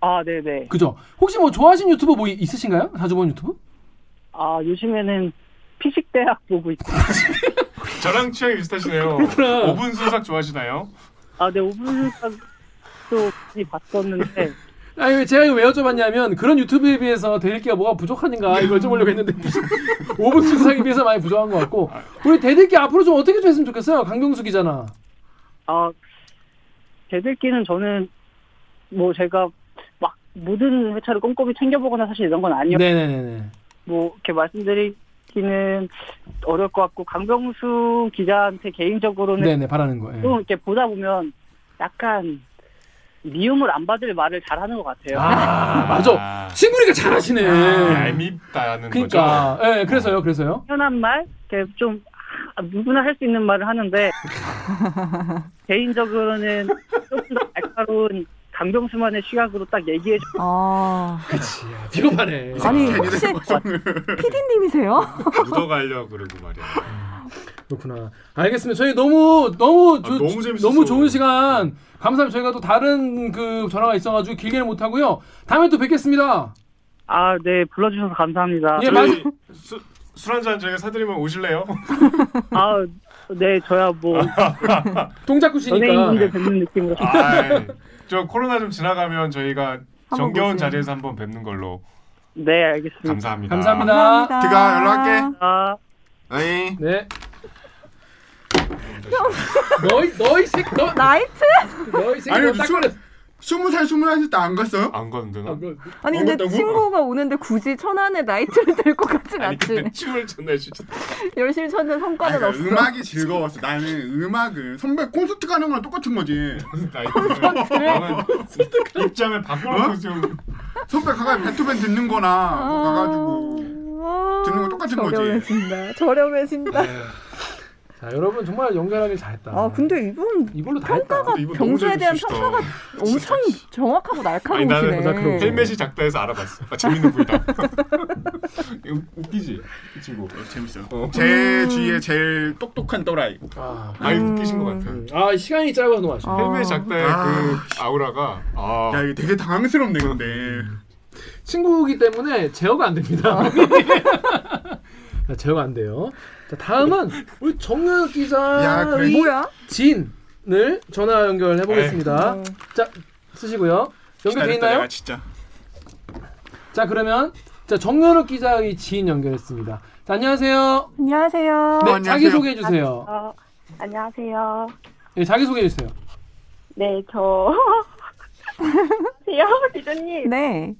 [SPEAKER 8] 아 네네.
[SPEAKER 1] 그죠 혹시 뭐 좋아하시는 유튜버 뭐 있으신가요 자주 본 유튜브
[SPEAKER 8] 아 요즘에는 피식 대학 보고 있고.
[SPEAKER 4] 저랑 취향이 비슷하시네요.
[SPEAKER 1] 그래.
[SPEAKER 4] 5분 순삭 좋아하시나요?
[SPEAKER 8] 아, 네, 오분도 많이 봤었는데,
[SPEAKER 1] 아니 왜 제가 이거 왜 여쭤봤냐면 그런 유튜브에 비해서 대들기가 뭐가 부족하는가 이걸 여쭤보려고 했는데 5분 순삭에 비해서 많이 부족한 것 같고 우리 대들기 앞으로 좀 어떻게 좀 했으면 좋겠어요 강병수 기자나
[SPEAKER 8] 아, 개들기는 저는, 뭐, 제가 막 모든 회차를 꼼꼼히 챙겨보거나 사실 이런 건 아니었고,
[SPEAKER 1] 네네네네
[SPEAKER 8] 뭐, 이렇게 말씀드리기는 어려울 것 같고, 강병수 기자한테 개인적으로는
[SPEAKER 1] 네네 바라는 거 예.
[SPEAKER 8] 좀 이렇게 보다 보면 약간 미움을 안 받을 말을 잘 하는 것 같아요.
[SPEAKER 1] 아 맞아 친구니까 잘하시네
[SPEAKER 4] 아, 얄밉다는
[SPEAKER 1] 그러니까 예 그래서요 그래서요
[SPEAKER 8] 편한 말, 이렇게 좀 아, 누구나 할 수 있는 말을 하는데 개인적으로는 조금 더 날카로운 강병수만의 시각으로 딱 얘기해 주.
[SPEAKER 3] 아,
[SPEAKER 1] 비겁하네
[SPEAKER 3] 아니 혹시 PD님이세요?
[SPEAKER 4] 거죠. 묻어가려고 그러고 말이야.
[SPEAKER 1] 그렇구나 알겠습니다 저희 너무 너무 저-
[SPEAKER 4] 아, 너무 재밌었어. 네.
[SPEAKER 1] 너무 좋은 시간 감사합니다 저희가 또 다른 그 전화가 있어가지고 길게는 못하고요 다음에 또 뵙겠습니다
[SPEAKER 8] 아, 네, 불러주셔서 감사합니다. 네.
[SPEAKER 1] 예 맞.
[SPEAKER 4] 저희 수- 술 한잔 저희가 사드리면 오실래요?
[SPEAKER 8] 아, 네, 저야 뭐
[SPEAKER 1] 동작구시니까 예.
[SPEAKER 8] 연예인인데 뵙는 느낌으로.
[SPEAKER 4] 아, 저 코로나 좀 지나가면 저희가
[SPEAKER 3] 한번
[SPEAKER 4] 정겨운
[SPEAKER 3] 보세요.
[SPEAKER 4] 자리에서 한번 뵙는 걸로
[SPEAKER 8] 네, 알겠습니다.
[SPEAKER 4] 감사합니다.
[SPEAKER 1] 감사합니다.
[SPEAKER 3] 감사합니다.
[SPEAKER 2] 제가 연락할게.
[SPEAKER 8] 아.
[SPEAKER 2] 에이
[SPEAKER 1] 네. 너희 너희 새 너,
[SPEAKER 3] 나이트?
[SPEAKER 1] 너희 새끼
[SPEAKER 2] 아니,
[SPEAKER 1] 너
[SPEAKER 2] 무슨-
[SPEAKER 1] 딱걸렸어.
[SPEAKER 2] 스무 살 스물 한살 때안 갔어요? 어, 뭐,
[SPEAKER 4] 안 갔는데 나.
[SPEAKER 3] 아니 근데
[SPEAKER 2] 먹었다고?
[SPEAKER 3] 친구가 오는데 굳이 천안에 나이트를 들고 가진
[SPEAKER 4] 아니
[SPEAKER 3] 않지.
[SPEAKER 4] 그때 춤을 췄네 진짜.
[SPEAKER 3] 열심히 쳤는데
[SPEAKER 2] 아니,
[SPEAKER 3] 성과는
[SPEAKER 2] 그러니까
[SPEAKER 3] 없어.
[SPEAKER 2] 음악이 즐거웠어. 나는 음악을 선배 콘서트 가는 거랑 똑같은 거지.
[SPEAKER 4] 나는 입장을 바꿔놓고 지금
[SPEAKER 2] 어? 선배 가가 베토벤 듣는 거나 뭐 가가지고
[SPEAKER 3] 아,
[SPEAKER 2] 듣는 건 똑같은 거지.
[SPEAKER 3] 저렴해진다. 저렴해진다.
[SPEAKER 1] 네. 자 여러분 정말 연결하길 잘했다.
[SPEAKER 3] 아 근데 이분
[SPEAKER 1] 이걸로 다
[SPEAKER 3] 평가가
[SPEAKER 1] 했다.
[SPEAKER 4] 이분 너무
[SPEAKER 3] 경주에 대한
[SPEAKER 4] 재밌으시다.
[SPEAKER 3] 평가가 엄청 정확하고
[SPEAKER 4] 아니 나는
[SPEAKER 1] 날카로우시네.
[SPEAKER 4] 헬멧이 헬멧이 작다해서 알아봤어. 아, 재밌는 분이다. 이거 웃기지 이 친구.
[SPEAKER 2] 재밌어. 제 주위에 제일 똑똑한 또라이.
[SPEAKER 1] 아,
[SPEAKER 4] 많이 웃기신 것 같아.
[SPEAKER 1] 아 시간이 짧아서 너무 아쉽다.
[SPEAKER 3] 어.
[SPEAKER 4] 헬멧 작다의
[SPEAKER 2] 아.
[SPEAKER 4] 그 아우라가 아
[SPEAKER 2] 야 이게 되게 당황스럽네 근데.
[SPEAKER 1] 친구이기 때문에 제어가 안 됩니다. 자, 아, 제어가 안 돼요. 자 다음은 우리 정은
[SPEAKER 2] 네. 야, 그래.
[SPEAKER 1] 기자의
[SPEAKER 3] 뭐야?
[SPEAKER 1] 진을 전화 연결해 보겠습니다. 자 쓰시고요. 연결돼
[SPEAKER 2] 어. 기다렸다,
[SPEAKER 1] 있나요?
[SPEAKER 2] 내가 진짜.
[SPEAKER 1] 자 그러면 자 정연욱 기자의 지인 연결했습니다. 자, 안녕하세요. 네,
[SPEAKER 3] 안녕하세요.
[SPEAKER 2] 어, 안녕하세요.
[SPEAKER 1] 자기 소개해 주세요.
[SPEAKER 9] 어, 안녕하세요.
[SPEAKER 1] 예, 자기 소개해 주세요.
[SPEAKER 9] 네, 저. 안녕하세요, 기자님.
[SPEAKER 3] 네.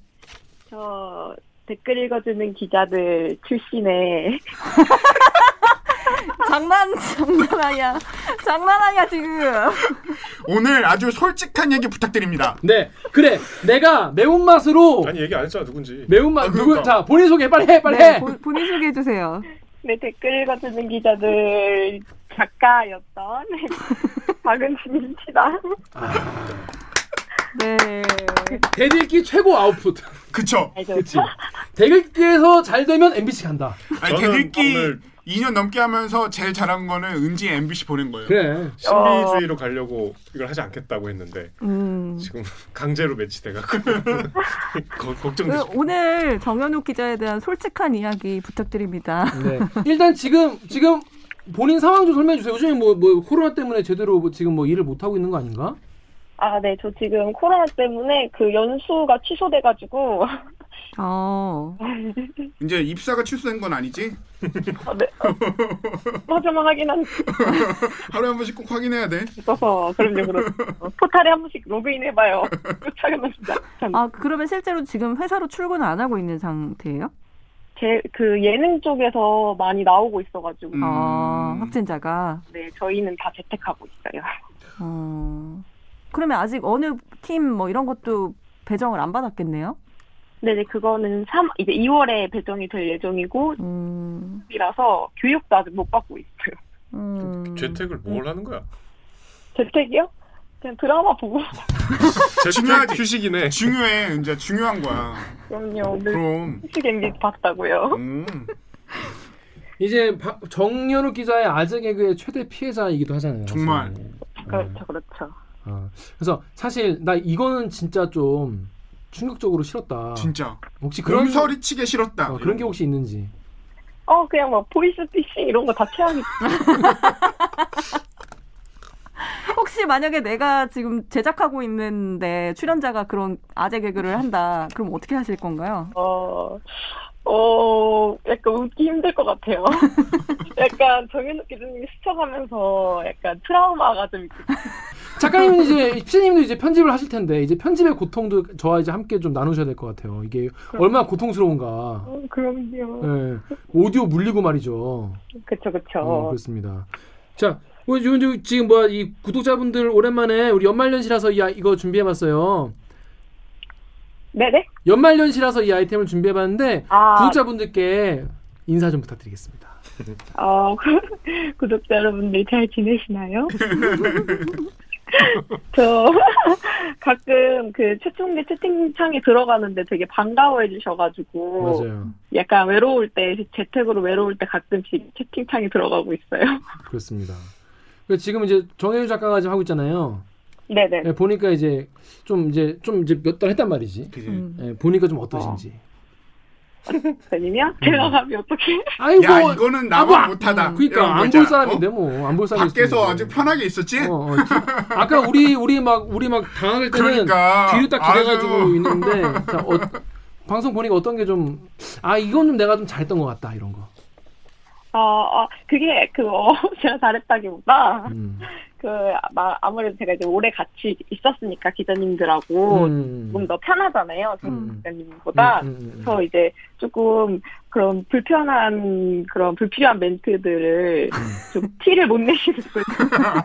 [SPEAKER 9] 저 댓글 읽어주는 기자들 출신의
[SPEAKER 3] 장난 장난 아니야. 장난 아니야 지금.
[SPEAKER 2] 오늘 아주 솔직한 얘기 부탁드립니다.
[SPEAKER 1] 네, 그래. 내가 매운맛으로
[SPEAKER 4] 아니 얘기 안 했잖아 누군지.
[SPEAKER 1] 매운맛
[SPEAKER 2] 아,
[SPEAKER 1] 누구
[SPEAKER 2] 그러니까.
[SPEAKER 1] 자 본인 소개 빨리 해 빨리
[SPEAKER 3] 네,
[SPEAKER 1] 해.
[SPEAKER 3] 본- 본인 소개해 주세요.
[SPEAKER 9] 네, 댓글 읽어주는 기자들 작가였던 박은진 씨다.
[SPEAKER 3] 네.
[SPEAKER 1] 대들기 최고 아웃풋.
[SPEAKER 2] 그쵸?
[SPEAKER 9] 알죠?
[SPEAKER 1] 그치 대들기에서 잘 되면 MBC 간다.
[SPEAKER 2] 아니
[SPEAKER 4] 저는
[SPEAKER 2] 대들기
[SPEAKER 4] 오늘
[SPEAKER 2] 2년 넘게 하면서 제일 잘한 거는 은지 MBC 보낸 거예요.
[SPEAKER 1] 그래.
[SPEAKER 4] 신비주의로 가려고 이걸 하지 않겠다고 했는데
[SPEAKER 3] 음.
[SPEAKER 4] 지금 강제로 매치돼가지고 거-
[SPEAKER 3] 그
[SPEAKER 4] 걱정되죠.
[SPEAKER 3] 오늘 정현욱 기자에 대한 솔직한 이야기 부탁드립니다.
[SPEAKER 1] 네. 일단 지금 지금 본인 상황 좀 설명해 주세요. 요즘에 뭐, 뭐 코로나 때문에 제대로 뭐 지금 뭐 일을 못 하고 있는 거 아닌가?
[SPEAKER 9] 아, 네. 저 지금 코로나 때문에 그 연수가 취소돼가지고.
[SPEAKER 3] 어.
[SPEAKER 2] 이제 입사가 취소된 건 아니지?
[SPEAKER 9] 아, 네. 어, 맞아만 하긴 한
[SPEAKER 2] 하루에 한 번씩 꼭 확인해야 돼.
[SPEAKER 9] 있어서. 그럼요, 그럼. 어, 포탈에 한 번씩 로그인 해봐요. 쫓아가면서.
[SPEAKER 3] 아 그러면 실제로 지금 회사로 출근 안 하고 있는 상태예요?
[SPEAKER 9] 제, 그 예능 쪽에서 많이 나오고 있어가지고.
[SPEAKER 2] 음.
[SPEAKER 3] 아 확진자가.
[SPEAKER 9] 네, 저희는 다 재택하고 있어요.
[SPEAKER 3] 어. 그러면 아직 어느 팀 뭐 이런 것도 배정을 안 받았겠네요.
[SPEAKER 9] 네네, 그거는 3, 이제 2월에 배정이 될 예정이고,
[SPEAKER 3] 음.
[SPEAKER 9] 이라서 교육도 아직 못 받고 있어요.
[SPEAKER 3] 음.
[SPEAKER 4] 재택을 뭘 하는 거야?
[SPEAKER 9] 재택이요? 그냥 드라마 보고.
[SPEAKER 4] 재택
[SPEAKER 2] 중요하지.
[SPEAKER 4] 휴식이네.
[SPEAKER 2] 중요해. 이제 중요한 거야.
[SPEAKER 1] 어,
[SPEAKER 9] 그럼요, 오늘
[SPEAKER 2] 그럼.
[SPEAKER 9] 휴식 MB 봤다고요.
[SPEAKER 2] 음.
[SPEAKER 1] 이제 바- 정연욱 기자의 아재 개그의 최대 피해자이기도 하잖아요. 사실.
[SPEAKER 2] 정말. 음.
[SPEAKER 9] 그렇죠, 그렇죠.
[SPEAKER 1] 아,
[SPEAKER 8] 어,
[SPEAKER 1] 그래서 사실 나 이거는 진짜 좀 충격적으로 싫었다.
[SPEAKER 2] 진짜.
[SPEAKER 1] 혹시 그런
[SPEAKER 2] 그런 서리치게 싫었다.
[SPEAKER 1] 어, 그런 게 혹시 있는지.
[SPEAKER 9] 어, 그냥 막 보이스피싱 이런 거 다 취향이
[SPEAKER 3] 혹시 만약에 내가 지금 제작하고 있는데 출연자가 그런 아재 개그를 한다. 그럼 어떻게 하실 건가요?
[SPEAKER 9] 어, 어, 약간 웃기 힘들 것 같아요. 약간 정현욱 기자님이 스쳐가면서 약간 트라우마가 좀 있고.
[SPEAKER 1] 작가님은 이제 피디님도 이제 편집을 하실 텐데 이제 편집의 고통도 저와 이제 함께 좀 나누셔야 될 것 같아요. 이게
[SPEAKER 9] 그렇죠.
[SPEAKER 1] 얼마나 고통스러운가.
[SPEAKER 9] 어, 그럼요.
[SPEAKER 1] 예, 오디오 물리고 말이죠.
[SPEAKER 9] 그쵸, 그쵸.
[SPEAKER 1] 어, 그렇습니다. 자, 우리 지금- 지금 지금 뭐야 이 구독자분들 오랜만에 우리 연말연시라서 이 아- 이거 준비해봤어요.
[SPEAKER 9] 네네?
[SPEAKER 1] 연말연시라서 이 아이템을 준비해봤는데
[SPEAKER 9] 아.
[SPEAKER 1] 구독자분들께 인사 좀 부탁드리겠습니다.
[SPEAKER 9] 어, 구독자 여러분들 잘 지내시나요? 저 가끔 그 최충기 채팅창에 들어가는데 되게 반가워해 주셔가지고
[SPEAKER 1] 맞아요.
[SPEAKER 9] 약간 외로울 때 재택으로 외로울 때 가끔씩 채팅창에 들어가고 있어요.
[SPEAKER 1] 그렇습니다. 그래서 지금 이제 정혜주 작가가 지금 하고 있잖아요.
[SPEAKER 9] 네네.
[SPEAKER 1] 예, 보니까 이제 좀 이제 좀 이제 몇 달 했단 말이지.
[SPEAKER 2] 그지?
[SPEAKER 3] 음.
[SPEAKER 1] 예, 보니까 좀 어떠신지.
[SPEAKER 2] 아.
[SPEAKER 9] 아니면 제가 가면 어떻게?
[SPEAKER 1] 음. 아이고,
[SPEAKER 2] 야 이거는 나만
[SPEAKER 1] 아,
[SPEAKER 2] 못하다. 어?
[SPEAKER 1] 그러니까 안 볼 사람인데 뭐 안 볼 사람.
[SPEAKER 2] 밖에서 아주 편하게 있었지?
[SPEAKER 1] 어, 어. 아까 우리 우리 막 우리 막 당할 때는
[SPEAKER 2] 그러니까.
[SPEAKER 1] 뒤로 딱 기대가지고
[SPEAKER 2] 아주.
[SPEAKER 1] 있는데 자, 어, 방송 보니까 어떤 게 좀 아 이건 좀 내가 좀 잘했던 것 같다 이런 거.
[SPEAKER 9] 어, 어 그게 그거 제가 잘했다기보다
[SPEAKER 1] 음.
[SPEAKER 9] 그 아마 아무래도 제가 이제 오래 같이 있었으니까 기자님들하고
[SPEAKER 1] 음.
[SPEAKER 9] 조금 더 편하잖아요.
[SPEAKER 1] 음.
[SPEAKER 9] 저는 기자님보다.
[SPEAKER 1] 음, 음, 음.
[SPEAKER 9] 그래서 이제 조금 그런 불편한 그런 불필요한 멘트들을 좀
[SPEAKER 4] 음.
[SPEAKER 9] 티를 못 내시는 걸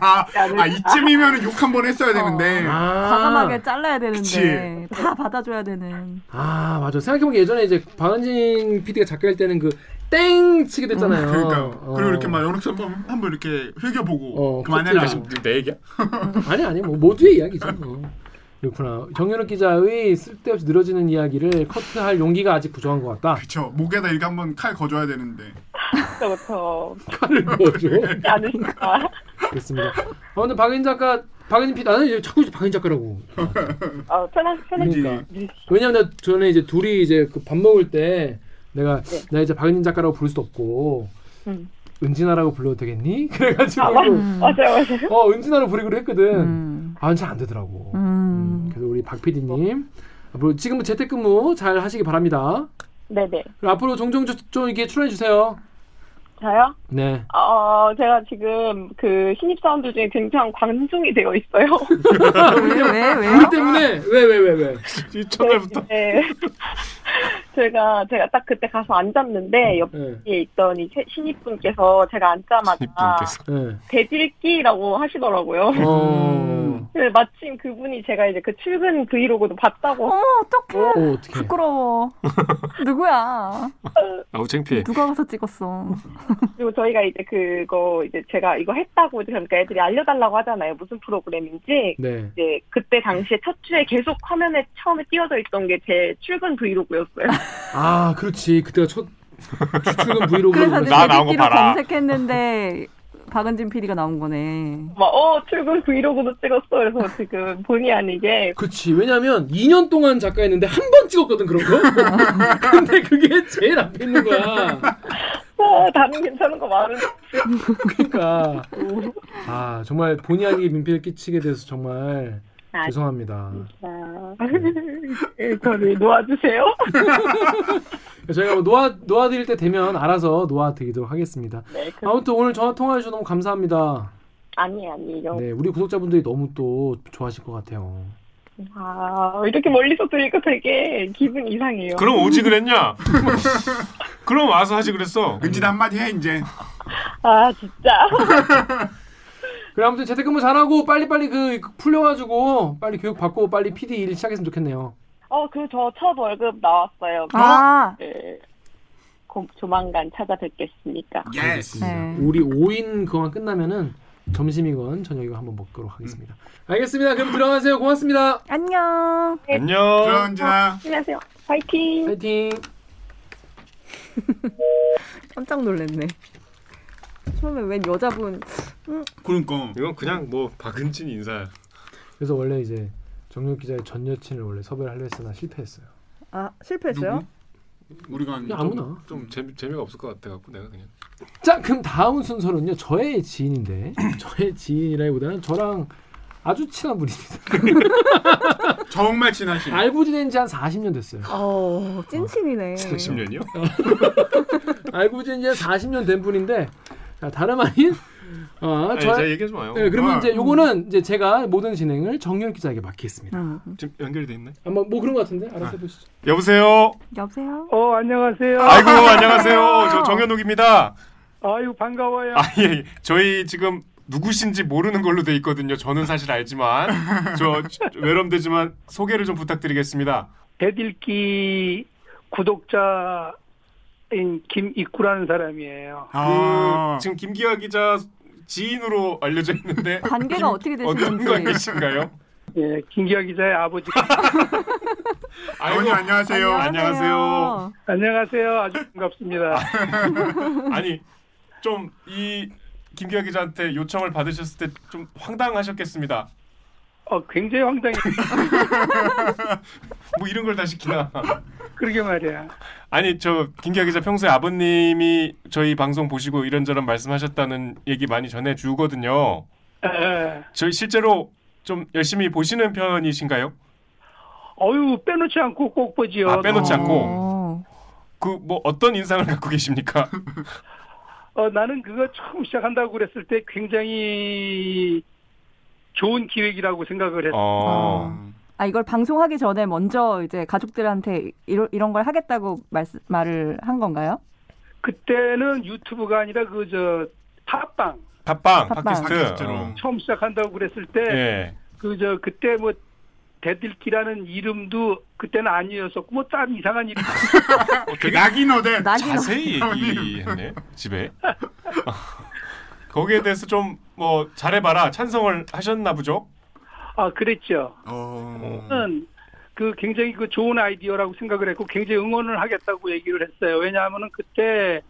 [SPEAKER 2] 아, 아 이쯤이면 욕 한 번 했어야 되는데.
[SPEAKER 1] 아.
[SPEAKER 3] 과감하게 잘라야 되는데
[SPEAKER 2] 그치.
[SPEAKER 3] 다 받아줘야 되는.
[SPEAKER 1] 아 맞아 생각해보면 예전에 이제 박은진 PD가 작가일 때는 그 땡 치게 됐잖아요.
[SPEAKER 2] 그러니까
[SPEAKER 1] 어.
[SPEAKER 2] 그리고 이렇게 막 연락처 한번 한번 이렇게 흘겨보고
[SPEAKER 1] 어,
[SPEAKER 2] 그만해라.
[SPEAKER 1] 커플
[SPEAKER 4] 지금 내 얘기야?
[SPEAKER 1] 아니 아니 뭐 모두의 이야기죠. 뭐. 그렇구나. 정윤욱 기자의 쓸데없이 늘어지는 이야기를 커트할 용기가 아직 부족한 것 같다.
[SPEAKER 2] 그쵸 목에다 이렇게 한번 칼 거줘야 되는데.
[SPEAKER 9] 부터
[SPEAKER 1] 칼을 넣어줘.
[SPEAKER 9] 않으실까.
[SPEAKER 1] 그렇습니다. 아 근데 박인 작가, 박인 PD 나는 이제 자꾸 이제 박인 작가라고.
[SPEAKER 9] 어, 편한 편한
[SPEAKER 1] 그러니까 왜냐면 나 전에 이제 둘이 이제 그 밥 먹을 때 내가
[SPEAKER 9] 네.
[SPEAKER 1] 나 이제 박인 작가라고 부를 수도 없고
[SPEAKER 9] 음.
[SPEAKER 1] 은진아라고 불러도 되겠니? 그래가지고
[SPEAKER 9] 맞아요, 맞아요.
[SPEAKER 1] 어 은진아로 부르기로 했거든.
[SPEAKER 3] 음.
[SPEAKER 1] 아 잘 안
[SPEAKER 4] 어.
[SPEAKER 1] 되더라고.
[SPEAKER 3] 음.
[SPEAKER 1] 그래서 우리 박 PD님 앞으로 지금은 재택근무 잘 하시기 바랍니다.
[SPEAKER 9] 네네.
[SPEAKER 1] 그리고 앞으로 종종 저- 좀 이렇게 출연해 주세요.
[SPEAKER 9] 저요?
[SPEAKER 1] 네.
[SPEAKER 9] 어, 제가 지금 그 신입사원들 중에 굉장히 관중이 되어 있어요.
[SPEAKER 3] 왜 왜?
[SPEAKER 1] 우리 때문에 왜 왜 왜 왜?
[SPEAKER 4] 이 첫날부터
[SPEAKER 9] 네. 제가, 제가 딱 그때 가서 앉았는데, 옆에
[SPEAKER 4] 네.
[SPEAKER 1] 예.
[SPEAKER 9] 있던 이 채- 신입분께서 제가 앉자마자
[SPEAKER 4] 이분께서
[SPEAKER 1] 예.
[SPEAKER 9] 대질기라고 하시더라고요.
[SPEAKER 1] 어.
[SPEAKER 9] 근데 마침 그분이 제가 이제 그 출근 브이로그도 봤다고.
[SPEAKER 3] 어머 어떡해.
[SPEAKER 1] 어 어떻게?
[SPEAKER 3] 부끄러워. 누구야?
[SPEAKER 4] 아우 창피해.
[SPEAKER 3] 누가 가서 찍었어?
[SPEAKER 9] 그리고 저희가 이제 그거, 이제 제가 이거 했다고, 이제 그러니까 애들이 알려달라고 하잖아요. 무슨 프로그램인지.
[SPEAKER 1] 네.
[SPEAKER 9] 이제 그때 당시에 첫 주에 계속 화면에 처음에 띄워져 있던 게 제 출근 브이로그였어요.
[SPEAKER 1] 아 그렇지. 그때가 첫 출근 브이로그로
[SPEAKER 3] 그래서
[SPEAKER 4] 나 나온 거
[SPEAKER 3] 내새끼로
[SPEAKER 4] 봐라.
[SPEAKER 3] 검색했는데 박은진 PD가 나온 거네.
[SPEAKER 5] 막어 출근 브이로그도 찍었어. 그래서 지금 본의 아니게
[SPEAKER 1] 그치 왜냐면 2년 동안 작가했는데 한 번 찍었거든 그런 거 근데 그게 제일 앞에 있는 거야
[SPEAKER 5] 어 다른 괜찮은 거 많은데
[SPEAKER 1] 그러니까 아 정말 본의 아니게 민폐를 끼치게 돼서 정말
[SPEAKER 5] 아,
[SPEAKER 1] 죄송합니다
[SPEAKER 9] 아.
[SPEAKER 1] 네.
[SPEAKER 5] 진짜. 예, 저를 놓아주세요.
[SPEAKER 1] 저희가 뭐 놓아, 놓아드릴 때 되면 알아서 놓아드리도록 하겠습니다
[SPEAKER 5] 네, 그,
[SPEAKER 1] 아무튼 오늘 전화 통화해주셔서 너무 감사합니다
[SPEAKER 5] 아니 아니요.
[SPEAKER 1] 네 우리 구독자분들이 너무 또 좋아하실 것 같아요
[SPEAKER 5] 아 이렇게 멀리서 들으니까 되게 기분 이상해요.
[SPEAKER 4] 그럼 오지 그랬냐? 그럼 와서 하지 그랬어.
[SPEAKER 2] 은지도 한마디 해 이제.
[SPEAKER 5] 아 진짜.
[SPEAKER 1] 그래 아무튼 재택근무 잘하고 빨리빨리 그 풀려가지고 빨리 교육받고 빨리 PD 일 시작했으면 좋겠네요
[SPEAKER 5] 어 그 저 첫 월급 나왔어요.
[SPEAKER 3] 아,
[SPEAKER 5] 네. 곧 조만간 찾아뵙겠습니다.
[SPEAKER 2] 예스.
[SPEAKER 3] 네.
[SPEAKER 1] 우리 5인 그만 끝나면은 점심이건 저녁이건 한번 먹도록 하겠습니다. 알겠습니다. 음. 그럼 들어가세요. 고맙습니다.
[SPEAKER 3] 안녕.
[SPEAKER 4] 안녕.
[SPEAKER 2] 그런자.
[SPEAKER 5] 네. 어, 안녕하세요. 파이팅.
[SPEAKER 1] 파이팅.
[SPEAKER 3] 깜짝 놀랐네. 처음에 웬 여자분 음,
[SPEAKER 2] 그러니까.
[SPEAKER 4] 이건 그냥 뭐 박은진 인사야.
[SPEAKER 1] 그래서 원래 이제 정력 기자의 전 여친을 원래 섭외를 하려 했으나 실패했어요.
[SPEAKER 3] 아 실패했어요?
[SPEAKER 2] 누구? 우리가 한-
[SPEAKER 1] 그냥 아무나.
[SPEAKER 4] 좀 재미, 재미가 없을 것 같아 갖고 내가 그냥.
[SPEAKER 1] 자, 그럼 다음 순서는요. 저의 지인인데 저의 지인이라기보다는 저랑 아주 친한 분입니다.
[SPEAKER 2] 정말 친하신.
[SPEAKER 1] 알고 지낸 지 한 40년 됐어요.
[SPEAKER 3] 어 찐친이네.
[SPEAKER 4] 10년이요?
[SPEAKER 1] 알고 지낸 지 한 40년 된 분인데 자, 다름 아닌 아,
[SPEAKER 4] 아니, 예, 자
[SPEAKER 1] 저의
[SPEAKER 4] 얘기하지 마요.
[SPEAKER 1] 네, 그러면
[SPEAKER 2] 아.
[SPEAKER 1] 이제 요거는 이제 제가 모든 진행을 정력 기자에게 맡겠습니다.
[SPEAKER 3] 어.
[SPEAKER 4] 지금 연결돼 있네.
[SPEAKER 1] 아마 뭐 그런 것 같은데 알아서 해보시죠.
[SPEAKER 4] 여보세요.
[SPEAKER 3] 여보세요.
[SPEAKER 7] 어, 안녕하세요.
[SPEAKER 4] 아이고 안녕하세요. 저 정현욱입니다.
[SPEAKER 7] 아유, 반가워요.
[SPEAKER 4] 아 예, 예. 저희 지금 누구신지 모르는 걸로 돼 있거든요. 저는 사실 알지만 저 외람되지만 소개를 좀 부탁드리겠습니다.
[SPEAKER 7] 대들기 구독자인 김익구라는 사람이에요.
[SPEAKER 2] 아.
[SPEAKER 4] 그 지금 김기화 기자 지인으로 알려져 있는데
[SPEAKER 3] 관계가 어떻게
[SPEAKER 4] 어떤
[SPEAKER 3] 되시는지.
[SPEAKER 4] 관계신가요?
[SPEAKER 7] 예, 김기아 기자의 아버지.
[SPEAKER 2] 어머니
[SPEAKER 4] 아이고
[SPEAKER 2] 안녕하세요.
[SPEAKER 4] 안녕하세요.
[SPEAKER 7] 안녕하세요. 아주 반갑습니다.
[SPEAKER 4] 아니 좀 이 김기화 기자한테 요청을 받으셨을 때 좀 황당하셨겠습니다.
[SPEAKER 7] 어, 굉장히 황당해.
[SPEAKER 4] 뭐 이런 걸 다 시키나.
[SPEAKER 7] 그러게 말이야.
[SPEAKER 4] 아니 저 김기아 기자 평소에 아버님이 저희 방송 보시고 이런저런 말씀하셨다는 얘기 많이 전해 주거든요.
[SPEAKER 7] 예, 에,
[SPEAKER 4] 저희 실제로 좀 열심히 보시는 편이신가요?
[SPEAKER 7] 어유 빼놓지 않고 꼭 보지요.
[SPEAKER 4] 아, 빼놓지 않고.
[SPEAKER 3] 어.
[SPEAKER 4] 그 뭐 어떤 인상을 갖고 계십니까?
[SPEAKER 7] 어, 나는 그거 처음 시작한다고 그랬을 때 굉장히 좋은 기획이라고 생각을 했어.
[SPEAKER 4] 어.
[SPEAKER 2] 음.
[SPEAKER 3] 아 이걸 방송하기 전에 먼저 이제 가족들한테 이런 이런 걸 하겠다고 말 말을 한 건가요?
[SPEAKER 7] 그때는 유튜브가 아니라 그 저 팟빵
[SPEAKER 4] 팟빵,
[SPEAKER 3] 팟빵.
[SPEAKER 4] 팟캐스트.
[SPEAKER 2] 팟캐스트로.
[SPEAKER 4] 어.
[SPEAKER 7] 처음 시작한다고 그랬을 때
[SPEAKER 4] 예.
[SPEAKER 7] 그 저 그때 뭐 대들기라는 이름도 그때는 아니었었고 뭐 딴 이상한 이름
[SPEAKER 4] 어,
[SPEAKER 2] 그
[SPEAKER 4] 되게
[SPEAKER 2] 낙인어대.
[SPEAKER 3] 나기로
[SPEAKER 4] 자세히 얘기했네. 집에. 거기에 대해서 좀 뭐 잘해봐라 찬성을 하셨나 보죠?
[SPEAKER 7] 아 그랬죠.
[SPEAKER 4] 음.
[SPEAKER 2] 어.
[SPEAKER 7] 저는 그 굉장히 그 좋은 아이디어라고 생각을 했고 굉장히 응원을 하겠다고 얘기를 했어요. 왜냐하면은 그때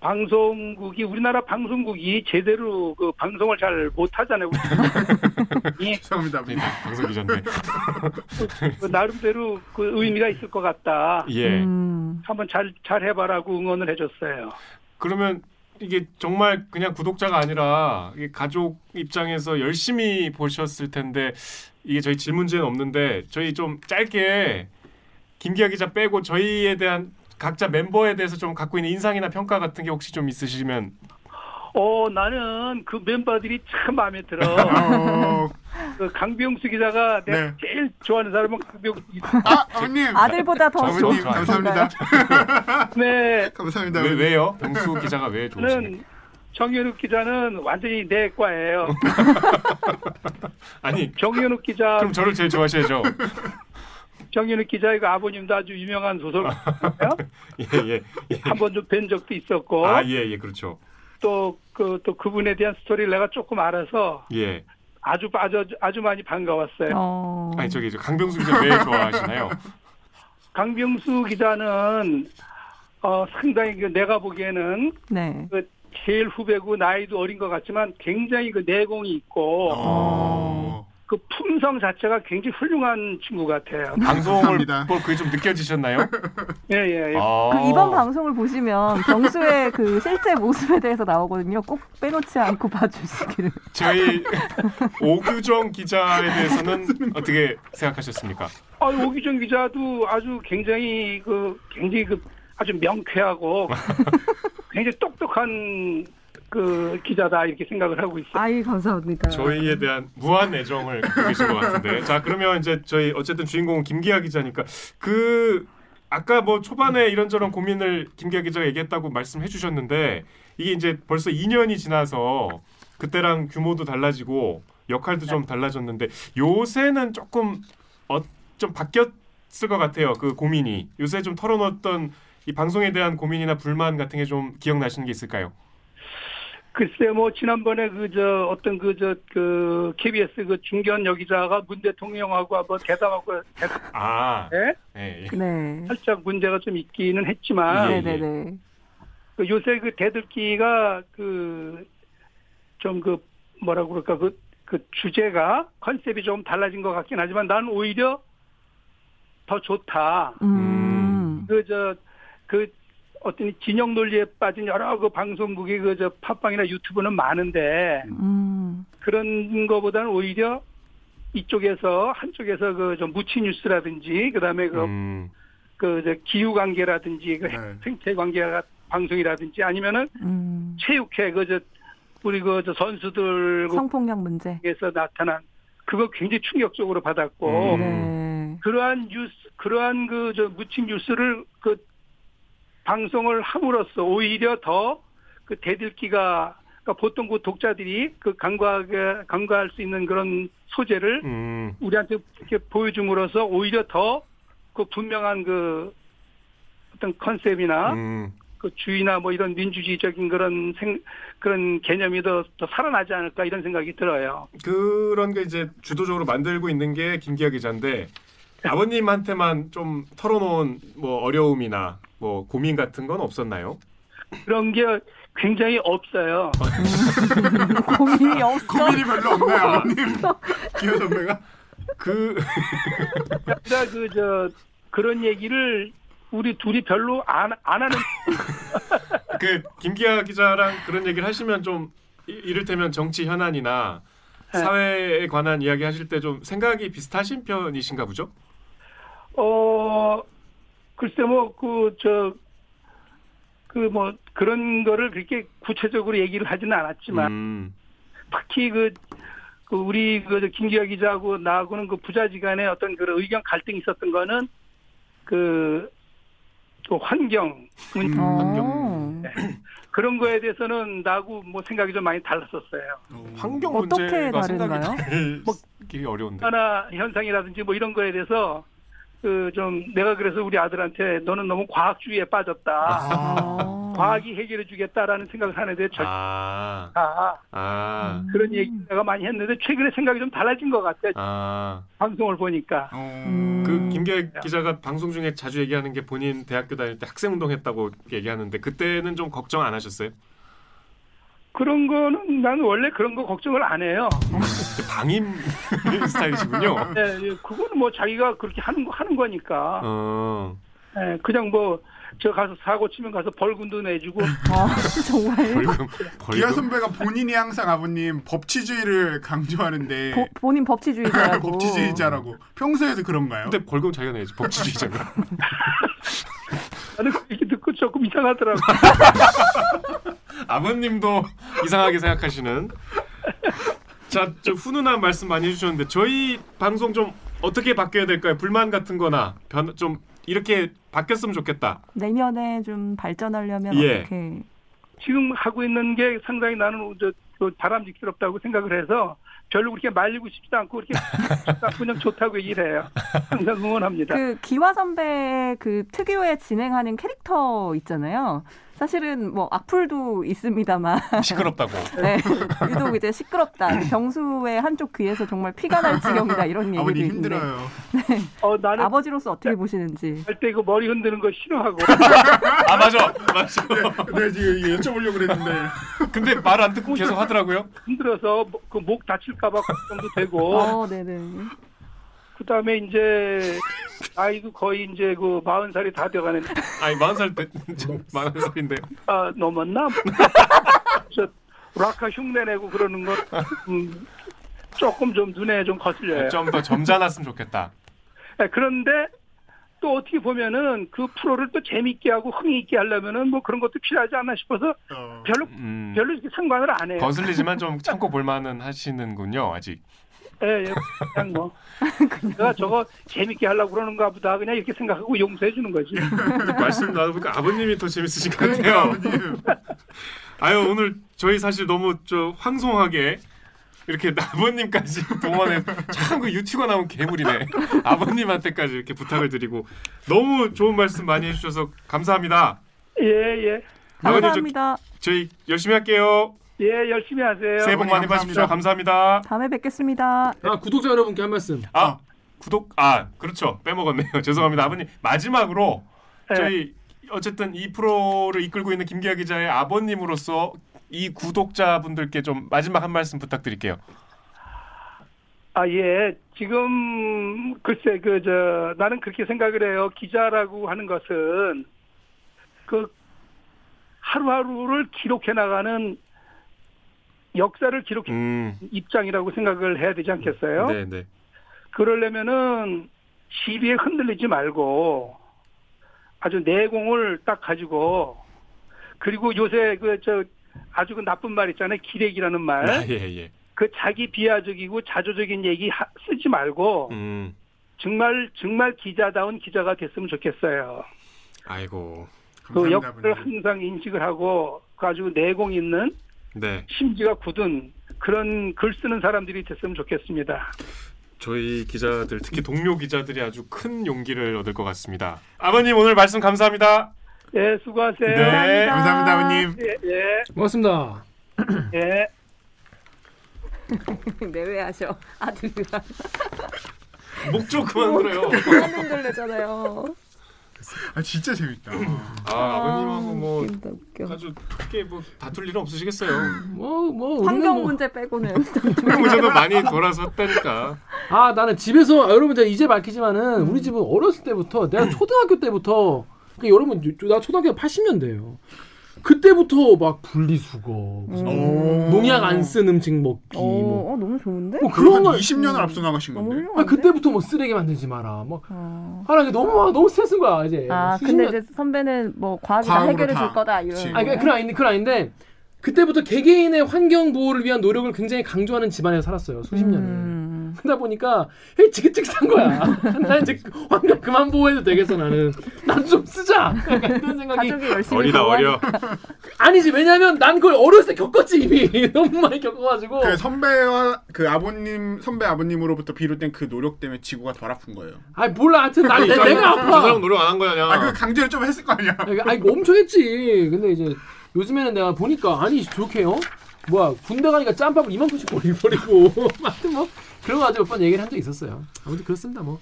[SPEAKER 7] 방송국이 우리나라 방송국이 제대로 그 방송을 잘 못하잖아요. 이
[SPEAKER 2] 죄송합니다.
[SPEAKER 4] 이 방송 기자인데.
[SPEAKER 7] 그 나름대로 그 의미가 있을 것 같다.
[SPEAKER 4] 예.
[SPEAKER 3] 음.
[SPEAKER 7] 한번 잘 잘 해봐라고 응원을 해줬어요.
[SPEAKER 4] 그러면 이게 정말 그냥 구독자가 아니라 이게 가족 입장에서 열심히 보셨을 텐데 이게 저희 질문지에는 없는데 저희 좀 짧게 김기아 기자 빼고 저희에 대한 각자 멤버에 대해서 좀 갖고 있는 인상이나 평가 같은 게 혹시 좀 있으시면
[SPEAKER 7] 어 나는 그 멤버들이 참 마음에 들어.
[SPEAKER 2] 어.
[SPEAKER 7] 그 강병수 기자가 내가
[SPEAKER 2] 네.
[SPEAKER 7] 제일 좋아하는 사람은 강병수 기자.
[SPEAKER 2] 아, 형님.
[SPEAKER 3] 아들보다 더
[SPEAKER 4] 저분이
[SPEAKER 2] 형님
[SPEAKER 3] 좋은
[SPEAKER 2] 감사합니다.
[SPEAKER 7] 네,
[SPEAKER 2] 감사합니다.
[SPEAKER 4] 왜, 왜요? 병수 기자가 왜 좋으신가요?
[SPEAKER 7] 저는 정현욱 기자는 완전히 내 과예요.
[SPEAKER 4] 아니
[SPEAKER 7] 정현욱 기자,
[SPEAKER 4] 그럼 저를 제일 좋아하셔야죠.
[SPEAKER 7] 정현욱 기자의 그 아버님도 아주 유명한 소설
[SPEAKER 4] 예예.
[SPEAKER 7] 한번 좀 뵌 적도 있었고
[SPEAKER 4] 아 예예 그렇죠.
[SPEAKER 7] 또 그 또 그분에 대한 스토리를 내가 조금 알아서
[SPEAKER 4] 예.
[SPEAKER 7] 아주 빠져 아주 많이 반가웠어요.
[SPEAKER 3] 어.
[SPEAKER 4] 아니 저기 저 강병수 기자 왜 좋아하시나요?
[SPEAKER 7] 강병수 기자는 어, 어, 상당히 그 내가 보기에는 그
[SPEAKER 3] 네.
[SPEAKER 7] 제일 후배고 나이도 어린 것 같지만 굉장히 그 내공이 있고
[SPEAKER 4] 어.
[SPEAKER 7] 그 품성 자체가 굉장히 훌륭한 친구 같아요.
[SPEAKER 4] 음. 방송을
[SPEAKER 2] 감사합니다.
[SPEAKER 4] 볼 그게 좀 느껴지셨나요?
[SPEAKER 7] 예, 예, 예.
[SPEAKER 4] 아.
[SPEAKER 3] 그 이번 방송을 보시면 병수의 그 실제 모습에 대해서 나오거든요. 꼭 빼놓지 않고 봐주시기를.
[SPEAKER 4] 저희 오규정 기자에 대해서는 어떻게 생각하셨습니까?
[SPEAKER 7] 아, 오기정 기자도 아주 굉장히 그 굉장히 그 아주 명쾌하고 굉장히 똑똑한 그 기자다 이렇게 생각을 하고 있어요.
[SPEAKER 3] 아이 감사합니다.
[SPEAKER 4] 저희에 대한 무한 애정을 갖고 계신 것 같은데. 자, 그러면 이제 저희 어쨌든 주인공은 김기아 기자니까 그 아까 뭐 초반에 이런저런 고민을 김기아 기자가 얘기했다고 말씀해 주셨는데 이게 이제 벌써 2년이 지나서 그때랑 규모도 달라지고 역할도 좀 달라졌는데 요새는 조금 어, 좀 바뀌었을 것 같아요. 그 고민이. 요새 좀 털어놓았던 이 방송에 대한 고민이나 불만 같은 게 좀 기억나시는 게 있을까요?
[SPEAKER 7] 글쎄 뭐 지난번에 그 저 어떤 그 저 그 KBS 그 중견 여기자가 문 대통령하고 한번 대담하고 했을
[SPEAKER 4] 아,
[SPEAKER 7] 때
[SPEAKER 4] 예.
[SPEAKER 3] 네.
[SPEAKER 7] 살짝 문제가 좀 있기는 했지만
[SPEAKER 4] 예.
[SPEAKER 3] 네네네.
[SPEAKER 7] 그 요새 그 대들기가 그 좀 그 뭐라고 그럴까 그, 그 주제가 컨셉이 좀 달라진 것 같긴 하지만 난 오히려 더 좋다.
[SPEAKER 3] 음.
[SPEAKER 7] 그 저 그 어떤 이 진영 논리에 빠진 여러 그 방송국이 그 저 팟빵이나 유튜브는 많은데
[SPEAKER 3] 음.
[SPEAKER 7] 그런 거보다는 오히려 이쪽에서 한쪽에서 그 좀 무치 뉴스라든지 그다음에 그
[SPEAKER 4] 음.
[SPEAKER 7] 그 저 기후 관계라든지 그
[SPEAKER 2] 네.
[SPEAKER 7] 생태 관계 방송이라든지 아니면은
[SPEAKER 3] 음.
[SPEAKER 7] 체육회 그 저 우리 그 저 선수들 그
[SPEAKER 3] 성폭력 문제.
[SPEAKER 7] 에서 나타난 그거 굉장히 충격적으로 받았고
[SPEAKER 4] 음.
[SPEAKER 3] 네.
[SPEAKER 7] 그러한 뉴스 그러한 그 저 무친 뉴스를 그 방송을 함으로써 오히려 더 그 대들기가 그러니까 보통 그 독자들이 그 간과하게 간과할 수 있는 그런 소재를
[SPEAKER 4] 음.
[SPEAKER 7] 우리한테 이렇게 보여줌으로써 오히려 더 그 분명한 그 어떤 컨셉이나
[SPEAKER 4] 음.
[SPEAKER 7] 그 주의나 뭐 이런 민주주의적인 그런 생, 그런 개념이 더, 더 살아나지 않을까 이런 생각이 들어요.
[SPEAKER 4] 그런 게 이제 주도적으로 만들고 있는 게 김기아 기자인데 아버님한테만 좀 털어놓은 뭐 어려움이나 뭐 고민 같은 건 없었나요?
[SPEAKER 7] 그런 게 굉장히 없어요.
[SPEAKER 3] 고민이 없어.
[SPEAKER 2] 아, 고민이 별로 없나요, 아버님? 기호 선배가?
[SPEAKER 4] 그
[SPEAKER 7] 제가 그 저 그런 얘기를 우리 둘이 별로 아, 안, 안 하는
[SPEAKER 4] 그 김기아 기자랑 그런 얘기를 하시면 좀 이- 이를테면 정치 현안이나
[SPEAKER 7] 네.
[SPEAKER 4] 사회에 관한 이야기 하실 때 좀 생각이 비슷하신 편이신가 보죠?
[SPEAKER 7] 어 글쎄 뭐 그 저 그 뭐 그런 거를 그렇게 구체적으로 얘기를 하지는 않았지만
[SPEAKER 4] 음.
[SPEAKER 7] 특히 그, 그 우리 그 김기아 기자하고 나하고는 그 부자지간에 어떤 그런 의견 갈등이 있었던 거는 그, 그 환경 문-
[SPEAKER 3] 어.
[SPEAKER 7] 그런 거에 대해서는 나하고 뭐 생각이 좀 많이 달랐었어요.
[SPEAKER 4] 환경
[SPEAKER 3] 어떻게
[SPEAKER 4] 문제가 네, 생각이
[SPEAKER 3] 다른가요? 뭐
[SPEAKER 4] 기 어려운데.
[SPEAKER 7] 하나 현상이라든지 뭐 이런 거에 대해서 그 좀 내가 그래서 우리 아들한테 너는 너무 과학주의에 빠졌다.
[SPEAKER 3] 아.
[SPEAKER 7] 과학이 해결해 주겠다라는 생각을 하는데 절대
[SPEAKER 4] 아,
[SPEAKER 7] 다
[SPEAKER 4] 아,
[SPEAKER 7] 그런 얘기 내가 많이 했는데 최근에 생각이 좀 달라진 것 같아요.
[SPEAKER 4] 아.
[SPEAKER 7] 방송을 보니까.
[SPEAKER 2] 어...
[SPEAKER 4] 그 김기아 기자가 방송 중에 자주 얘기하는 게 본인 대학교 다닐 때 학생 운동했다고 얘기하는데 그때는 좀 걱정 안 하셨어요?
[SPEAKER 7] 그런 거는 나는 원래 그런 거 걱정을 안 해요.
[SPEAKER 4] 방임 스타일이시군요.
[SPEAKER 7] 예, 예, 그거는 뭐 자기가 그렇게 하는 거 하는 거니까.
[SPEAKER 4] 어,
[SPEAKER 7] 예, 그냥 뭐 저 가서 사고 치면 가서 벌금도 내주고
[SPEAKER 3] 아, 정말
[SPEAKER 4] 벌금
[SPEAKER 2] 기아
[SPEAKER 4] 벌금
[SPEAKER 2] 선배가 본인이 항상 아버님 법치주의를 강조하는데
[SPEAKER 3] 보, 본인 법치주의자라고.
[SPEAKER 2] 법치주의자라고 평소에도 그런가요?
[SPEAKER 4] 근데 벌금 자기가 내야지 법치주의자가.
[SPEAKER 7] 나는 이렇게 듣고 조금 이상하더라고.
[SPEAKER 4] 아버님도 이상하게 생각하시는. 자, 저 훈훈한 말씀 많이 해주셨는데 저희 방송 좀 어떻게 바뀌어야 될까요? 불만 같은거나 변 좀 이렇게 바뀌었으면 좋겠다.
[SPEAKER 3] 내년에 좀 발전하려면
[SPEAKER 4] 예.
[SPEAKER 3] 어떻게?
[SPEAKER 7] 지금 하고 있는 게 상당히 나는 저, 저 바람직스럽다고 생각을 해서 별로 그렇게 말리고 싶지도 않고 그렇게 그냥 좋다고 얘기를 해요. 항상
[SPEAKER 4] 그러니까
[SPEAKER 7] 응원합니다.
[SPEAKER 3] 그 기화 선배 그 특유의 진행하는 캐릭터 있잖아요. 사실은 뭐 악플도 있습니다만
[SPEAKER 4] 시끄럽다고.
[SPEAKER 3] 네, 유독 이제 시끄럽다. 병수의 한쪽 귀에서 정말 피가 날 지경이다 이런 얘기도
[SPEAKER 2] 아버님
[SPEAKER 3] 있는데 네.
[SPEAKER 2] 힘들어요.
[SPEAKER 7] 어, 나는
[SPEAKER 3] 아버지로서 어떻게 보시는지.
[SPEAKER 7] 할 때 이거 머리 흔드는 거 싫어하고
[SPEAKER 4] 아 맞아 맞아.
[SPEAKER 2] 네 지금 이게 여쭤보려고 그랬는데
[SPEAKER 4] 근데 말 안 듣고 계속 하더라고요.
[SPEAKER 7] 흔들어서 그 목 다칠까봐 걱정도 되고
[SPEAKER 3] 어, 네네.
[SPEAKER 7] 그다음에 이제 나이도 거의 이제 그 마흔 살이 다 돼가는
[SPEAKER 4] 아니 마흔 살 때, 마흔 살인데
[SPEAKER 7] 아 넘었나? 저 락카 흉내내고 그러는 거 음, 조금 좀 눈에 좀 거슬려요.
[SPEAKER 4] 아, 좀 더 점잖았으면 좋겠다.
[SPEAKER 7] 예, 그런데 또 어떻게 보면은 그 프로를 또 재밌게 하고 흥이 있게 하려면은 뭐 그런 것도 필요하지 않나 싶어서
[SPEAKER 2] 어.
[SPEAKER 7] 별로
[SPEAKER 4] 음,
[SPEAKER 7] 별로 이렇게 상관을 안 해요.
[SPEAKER 4] 거슬리지만 좀 참고 볼만은 하시는군요 아직.
[SPEAKER 7] 예, 예, 그냥 뭐 내가 저거 재밌게 하려고 그러는가 보다 그냥 이렇게 생각하고 용서해 주는 거지.
[SPEAKER 4] 말씀 나눠보니까 아버님이 더 재밌으신 것
[SPEAKER 2] 그러니까
[SPEAKER 4] 같아요.
[SPEAKER 2] 아버님
[SPEAKER 4] 아유 오늘 저희 사실 너무 저 황송하게 이렇게 아버님까지 동원해 참 그 유튜브가 나온 괴물이네 아버님한테까지 이렇게 부탁을 드리고 너무 좋은 말씀 많이 해주셔서 감사합니다
[SPEAKER 7] 예, 예,
[SPEAKER 3] 감사합니다.
[SPEAKER 4] 저희 열심히 할게요
[SPEAKER 7] 예, 열심히 하세요.
[SPEAKER 4] 새해 복 많이
[SPEAKER 2] 아버님,
[SPEAKER 4] 받으십시오 감사합니다
[SPEAKER 3] 다음에 뵙겠습니다.
[SPEAKER 1] 아, 구독자 여러분께 한 말씀.
[SPEAKER 4] 아 구독 아 그렇죠 빼먹었네요 죄송합니다 아버님 마지막으로
[SPEAKER 7] 네.
[SPEAKER 4] 저희 어쨌든 이 프로를 이끌고 있는 김기아 기자의 아버님으로서 이 구독자분들께 좀 마지막 한 말씀 부탁드릴게요
[SPEAKER 7] 아, 예. 지금, 글쎄, 그, 저, 나는 그렇게 생각을 해요. 기자라고 하는 것은, 그, 하루하루를 기록해 나가는 역사를 기록해
[SPEAKER 4] 음
[SPEAKER 7] 입장이라고 생각을 해야 되지 않겠어요?
[SPEAKER 4] 네네
[SPEAKER 7] 그러려면은 시비에 흔들리지 말고 아주 내공을 딱 가지고 그리고 요새 그, 저, 아주 그 나쁜 말 있잖아요. 기레기라는 말.
[SPEAKER 4] 예예
[SPEAKER 7] 그 자기 비하적이고 자조적인 얘기 하- 쓰지 말고
[SPEAKER 4] 음
[SPEAKER 7] 정말 정말 기자다운 기자가 됐으면 좋겠어요.
[SPEAKER 4] 아이고.
[SPEAKER 7] 그
[SPEAKER 2] 감사합니다
[SPEAKER 7] 역을
[SPEAKER 2] 아버님.
[SPEAKER 7] 항상 인식을 하고 그 아주 내공 있는
[SPEAKER 4] 네.
[SPEAKER 7] 심지가 굳은 그런 글 쓰는 사람들이 됐으면 좋겠습니다.
[SPEAKER 4] 저희 기자들 특히 동료 기자들이 아주 큰 용기를 얻을 것 같습니다. 아버님 오늘 말씀 감사합니다.
[SPEAKER 7] 예, 수고하세요.
[SPEAKER 4] 네.
[SPEAKER 2] 감사합니다 아버님.
[SPEAKER 7] 예, 예,
[SPEAKER 1] 고맙습니다.
[SPEAKER 7] 예.
[SPEAKER 3] 내외하셔. 아들이랑.
[SPEAKER 4] 목조 그만 들어요.
[SPEAKER 3] 안 흔들리잖아요.
[SPEAKER 2] 아 진짜 재밌다.
[SPEAKER 4] 아, 아버님하고 뭐
[SPEAKER 3] 웃긴다, 웃겨.
[SPEAKER 4] 아주 크게 뭐 다툴 일은 없으시겠어요.
[SPEAKER 7] 음.
[SPEAKER 1] 뭐, 뭐, 우리는
[SPEAKER 3] 환경
[SPEAKER 1] 뭐.
[SPEAKER 3] 문제 빼고는.
[SPEAKER 4] 그런 문제도 많이 돌아섰다니까.
[SPEAKER 1] 아, 나는 집에서, 아, 여러분, 제가 이제 밝히지만은,
[SPEAKER 2] 음.
[SPEAKER 1] 우리 집은 어렸을 때부터, 내가 초등학교 때부터, 그러니까 여러분, 요- 나 초등학교 80년대예요 그때부터 막 분리수거, 무슨
[SPEAKER 2] 오.
[SPEAKER 1] 농약 안 쓴 음식 먹기,
[SPEAKER 3] 어,
[SPEAKER 1] 뭐,
[SPEAKER 3] 어, 너무 좋은데?
[SPEAKER 1] 뭐
[SPEAKER 2] 음. 그런
[SPEAKER 1] 그런
[SPEAKER 2] 건
[SPEAKER 1] 걸.
[SPEAKER 2] 20년을 앞서 나가신
[SPEAKER 3] 너무
[SPEAKER 2] 건데.
[SPEAKER 1] 아,
[SPEAKER 3] 훌륭한데?
[SPEAKER 1] 그때부터 뭐 쓰레기 만들지 마라. 뭐,
[SPEAKER 3] 어.
[SPEAKER 1] 아, 나 이게 너무, 막 너무 스트레스인 거야, 이제.
[SPEAKER 3] 아,
[SPEAKER 1] 수십
[SPEAKER 3] 근데
[SPEAKER 1] 년-
[SPEAKER 3] 이제 선배는 뭐 과학이 다
[SPEAKER 2] 과학으로
[SPEAKER 3] 해결해
[SPEAKER 2] 다.
[SPEAKER 3] 줄 거다 이런.
[SPEAKER 2] 그치.
[SPEAKER 1] 아니, 그건 그건 아닌데, 그건 아닌데, 그때부터 개개인의 환경 보호를 위한 노력을 굉장히 강조하는 집안에서 살았어요, 수십 년을.
[SPEAKER 3] 음.
[SPEAKER 1] 그러다 보니까 헤이 지긋지긋한 거야. 난 이제 환경 그만 보호해도 되겠어 나는. 난 좀 쓰자. 약간 이런 생각이
[SPEAKER 3] 가족이 열심히
[SPEAKER 4] 어리다 어려.
[SPEAKER 1] 아니지 왜냐면 난 그걸 어렸을 때 겪었지 이미 너무 많이 겪어가지고.
[SPEAKER 2] 그 선배와 그 아버님 선배 아버님으로부터 비롯된 그 노력 때문에 지구가 덜 아픈 거예요.
[SPEAKER 1] 아니 몰라 하여튼 난 내, 내가
[SPEAKER 4] 저 사람
[SPEAKER 1] 아파.
[SPEAKER 4] 노력 안 한 거야. 그냥.
[SPEAKER 2] 아 그 강제로 좀 했을 거 아니야.
[SPEAKER 1] 아니 이거 엄청 했지. 근데 이제 요즘에는 내가 보니까 아니 저렇게요? 뭐야 군대 가니까 짬밥을 이만큼씩 버리고 하여튼 뭐 그런 거 아주 몇번 얘기를 한 적이 있었어요. 아무튼 그렇습니다 뭐.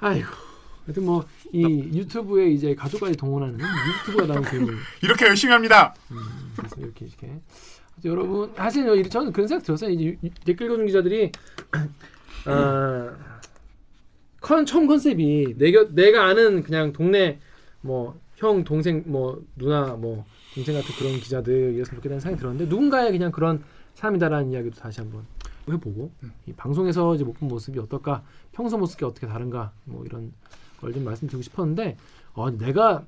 [SPEAKER 1] 아이고. 하여튼 뭐 이 유튜브에 이제 가족까지 동원하는 유튜브가 나온 괴물.
[SPEAKER 2] 이렇게 열심히 합니다.
[SPEAKER 1] 그래서 이렇게 이렇게 그래서 여러분 사실 요- 저는 그런 생각 들었어요 이제 유- 유- 댓글 읽어준 기자들이 어, 컨 처음 컨셉이 내가 내가 아는 그냥 동네 뭐 형 동생 뭐 누나 뭐 동생 같은 그런 기자들 이랬으면 좋겠다는 생각이 들었는데 누군가의 그냥 그런 사람이다라는 이야기도 다시 한번 해보고 이 방송에서 이제 못 본 모습이 어떨까 평소 모습이 어떻게 다른가 뭐 이런 걸 좀 말씀드리고 싶었는데 어, 내가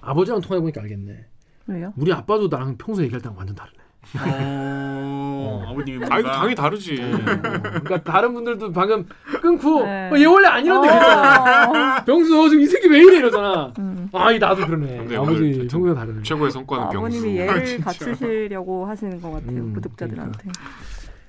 [SPEAKER 1] 아버지랑 통화해 보니까 알겠네
[SPEAKER 3] 왜요?
[SPEAKER 1] 우리 아빠도 나랑 평소 얘기할 때랑 완전 다르네.
[SPEAKER 2] 어, 아버님이 뭔가
[SPEAKER 4] 아 이거 당연히 다르지.
[SPEAKER 1] 그러니까 다른 분들도 방금 끊고
[SPEAKER 3] 네.
[SPEAKER 1] 어, 얘 원래 안 이런데 그랬잖아. 병수 지금 이 새끼 왜 이래 이러잖아.
[SPEAKER 3] 어. 음.
[SPEAKER 1] 아이 나도 그러네.
[SPEAKER 4] 근데 오늘
[SPEAKER 1] 아버지
[SPEAKER 4] 하여튼
[SPEAKER 1] 성격이 다르네.
[SPEAKER 4] 최고의 성과는 병수.
[SPEAKER 3] 아버님이 예를 갖추시려고 하시는 것 같아요
[SPEAKER 1] 음,
[SPEAKER 3] 구독자들한테.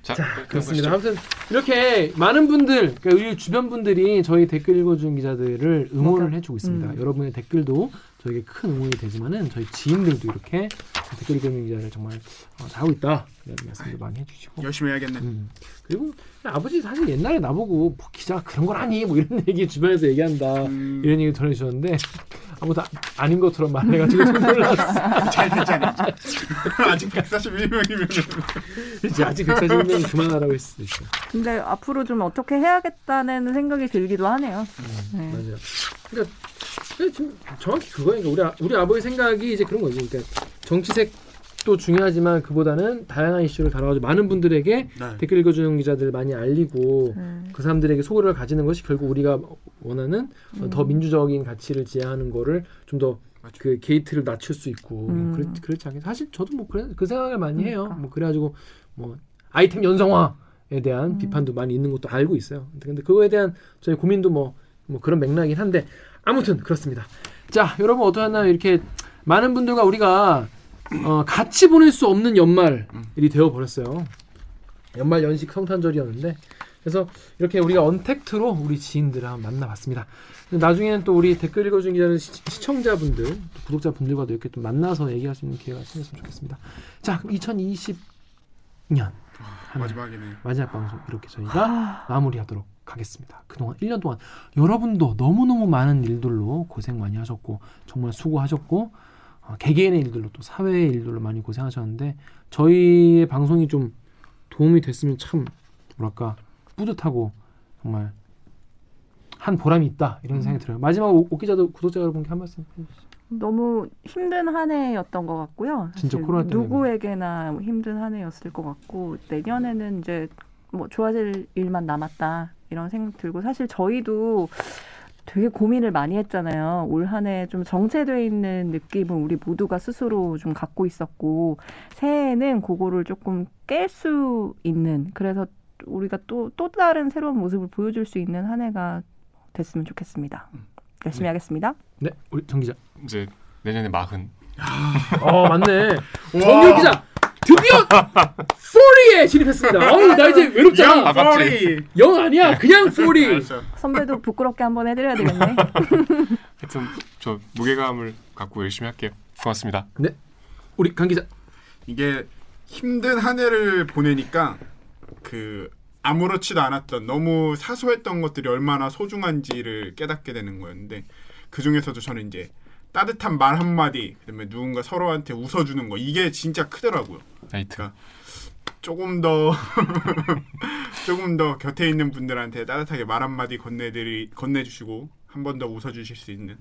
[SPEAKER 4] 자, 그렇게
[SPEAKER 1] 그렇습니다.
[SPEAKER 4] 하시죠.
[SPEAKER 1] 아무튼 이렇게 많은 분들, 그러니까 우리 주변 분들이 저희 댓글 읽어주는 기자들을 응원을 해주고 있습니다.
[SPEAKER 3] 음.
[SPEAKER 1] 여러분의 댓글도 저에게 큰 응원이 되지만은 저희 지인들도 이렇게 댓글 읽는 기자를 정말 어, 잘하고 있다 이런 말씀도 많이 해주시고
[SPEAKER 2] 열심히 해야겠네.
[SPEAKER 1] 음. 그리고 아버지 사실 옛날에 나보고 뭐 기자 그런 걸 아니 뭐 이런 얘기 주변에서 얘기한다
[SPEAKER 2] 음.
[SPEAKER 1] 이런 얘기 전해주셨는데 아무도 아, 닌 것처럼 말해가지고 좀 놀랐어
[SPEAKER 2] 잘 됐잖아. 아직 141명이면
[SPEAKER 1] 이제 아직 140명 그만하라고 했을 수도 있어
[SPEAKER 3] 근데 앞으로 좀 어떻게 해야겠다는 생각이 들기도 하네요. 네.
[SPEAKER 1] 음. 맞아요. 그러니까 근데 지금 정확히 그거니까 우리 아- 우리 아버지 생각이 이제 그런 거지. 그러니까 정치색도 중요하지만 그보다는 다양한 이슈를 다뤄가지고 많은 분들에게
[SPEAKER 2] 네.
[SPEAKER 1] 댓글 읽어주는 기자들 많이 알리고
[SPEAKER 3] 음.
[SPEAKER 1] 그 사람들에게 소고를 가지는 것이 결국 우리가 원하는
[SPEAKER 3] 음.
[SPEAKER 1] 더 민주적인 가치를 지향하는 거를 좀 더
[SPEAKER 2] 맞죠.
[SPEAKER 1] 그 게이트를 낮출 수 있고 뭐
[SPEAKER 3] 음.
[SPEAKER 1] 그렇, 그렇지 않겠 사실 저도 뭐 그래, 그 생각을 많이 해요.
[SPEAKER 3] 그러니까.
[SPEAKER 1] 뭐 그래가지고 뭐 아이템 연성화에 대한
[SPEAKER 3] 음.
[SPEAKER 1] 비판도 많이 있는 것도 알고 있어요. 근데- 근데 그거에 대한 저희 고민도 뭐, 뭐 그런 맥락이긴 한데 아무튼 그렇습니다. 자 여러분 어떠셨나요? 이렇게 많은 분들과 우리가 어, 같이 보낼 수 없는 연말이 되어 버렸어요. 연말 연식 성탄절이었는데 그래서 이렇게 우리가 언택트로 우리 지인들을 한번 만나봤습니다. 근데 나중에는 또 우리 댓글 읽어준 기자는 시, 청자분들 구독자분들과도 이렇게 또 만나서 얘기할 수 있는 기회가 생겼으면 좋겠습니다. 자, 2020년
[SPEAKER 2] 마지막이네.
[SPEAKER 1] 마지막 방송 이렇게
[SPEAKER 2] 아.
[SPEAKER 1] 저희가 마무리하도록 하겠습니다. 그동안 1년 동안 여러분도 너무너무 많은 일들로 고생 많이 하셨고 정말 수고하셨고 어, 개개인의 일들로 또 사회의 일들로 많이 고생하셨는데 저희의 방송이 좀 도움이 됐으면 참 뭐랄까 뿌듯하고 정말 한 보람이 있다 이런
[SPEAKER 2] 음.
[SPEAKER 1] 생각이 들어요. 마지막 옥기자도 구독자 여러분께 한 말씀 해주시죠.
[SPEAKER 3] 너무 힘든 한 해였던 것 같고요.
[SPEAKER 1] 진짜
[SPEAKER 3] 사실
[SPEAKER 1] 코로나 때문에.
[SPEAKER 3] 누구에게나 뭐 힘든 한 해였을 것 같고 내년에는 이제 뭐 좋아질 일만 남았다 이런 생각 들고 사실 저희도 되게 고민을 많이 했잖아요. 올 한 해 좀 정체돼 있는 느낌은 우리 모두가 스스로 좀 갖고 있었고 새해에는 그거를 조금 깰 수 있는 그래서 우리가 또 또 다른 새로운 모습을 보여줄 수 있는 한 해가 됐으면 좋겠습니다. 열심히 하겠습니다.
[SPEAKER 1] 음. 네, 우리 정 기자.
[SPEAKER 4] 이제 내년에 마흔.
[SPEAKER 1] 어 맞네.
[SPEAKER 2] 와.
[SPEAKER 1] 정규 기자 드디어 40에 진입했습니다. 어우 나 이제 외롭잖아.
[SPEAKER 2] 영 머리.
[SPEAKER 1] 영 아니야
[SPEAKER 4] 네.
[SPEAKER 1] 그냥 40
[SPEAKER 2] 네. 알았어.
[SPEAKER 3] 선배도 부끄럽게 한번 해드려야 되겠네.
[SPEAKER 4] 하여튼 저 무게감을 갖고 열심히 할게요. 고맙습니다.
[SPEAKER 1] 네. 우리 강 기자
[SPEAKER 2] 이게 힘든 한 해를 보내니까 그 아무렇지도 않았던 너무 사소했던 것들이 얼마나 소중한지를 깨닫게 되는 거였는데 그 중에서도 저는 이제 따뜻한 말 한마디 그다음에 누군가 서로한테 웃어주는 거 이게 진짜 크더라고요.
[SPEAKER 4] 나이트.
[SPEAKER 2] 조금 더 조금 더 곁에 있는 분들한테 따뜻하게 말 한마디 건네드리 건네주시고 한 번 더 웃어주실 수 있는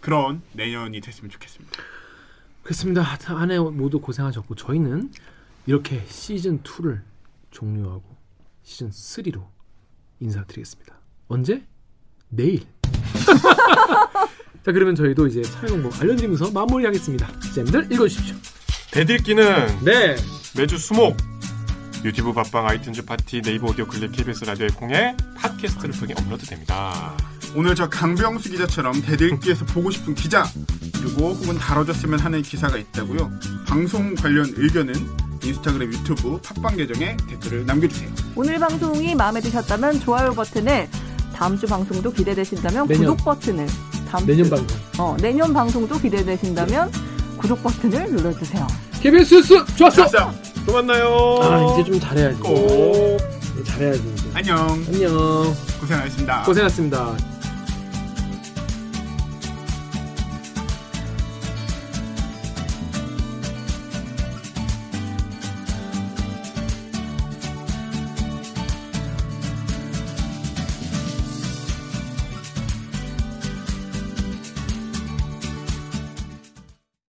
[SPEAKER 2] 그런 내년이 됐으면 좋겠습니다.
[SPEAKER 1] 그렇습니다 한해 모두 고생하셨고 저희는 이렇게 시즌 2를 종료하고 시즌 3로 인사드리겠습니다 언제 내일 자 그러면 저희도 이제 사회 공부 알려드리면서 마무리하겠습니다 쌤들 읽어주십시오
[SPEAKER 4] 대들기는
[SPEAKER 1] 네
[SPEAKER 4] 매주 수목 유튜브 밥방 아이튠즈 파티 네이버 오디오 클립 KBS 라디오의 콩에 팟캐스트를 통해 업로드됩니다.
[SPEAKER 2] 오늘 저 강병수 기자처럼 대들기에서 보고 싶은 기자 그리고 혹은 다뤄졌으면 하는 기사가 있다고요. 방송 관련 의견은 인스타그램, 유튜브, 팟빵 계정에 댓글을 남겨주세요.
[SPEAKER 3] 오늘 방송이 마음에 드셨다면 좋아요 버튼을 다음 주 방송도 기대되신다면
[SPEAKER 1] 내년.
[SPEAKER 3] 구독 버튼을 다음
[SPEAKER 1] 내년
[SPEAKER 3] 주,
[SPEAKER 1] 방송
[SPEAKER 3] 어, 내년 방송도 기대되신다면 구독 버튼을 눌러주세요.
[SPEAKER 1] KBS 뉴스 좋았어
[SPEAKER 2] 감사합니다.
[SPEAKER 4] 또 만나요.
[SPEAKER 1] 아 이제 좀 잘해야지
[SPEAKER 2] 꼭.
[SPEAKER 1] 잘해야지 이제
[SPEAKER 2] 안녕.
[SPEAKER 1] 안녕
[SPEAKER 2] 고생하셨습니다.
[SPEAKER 1] 고생하셨습니다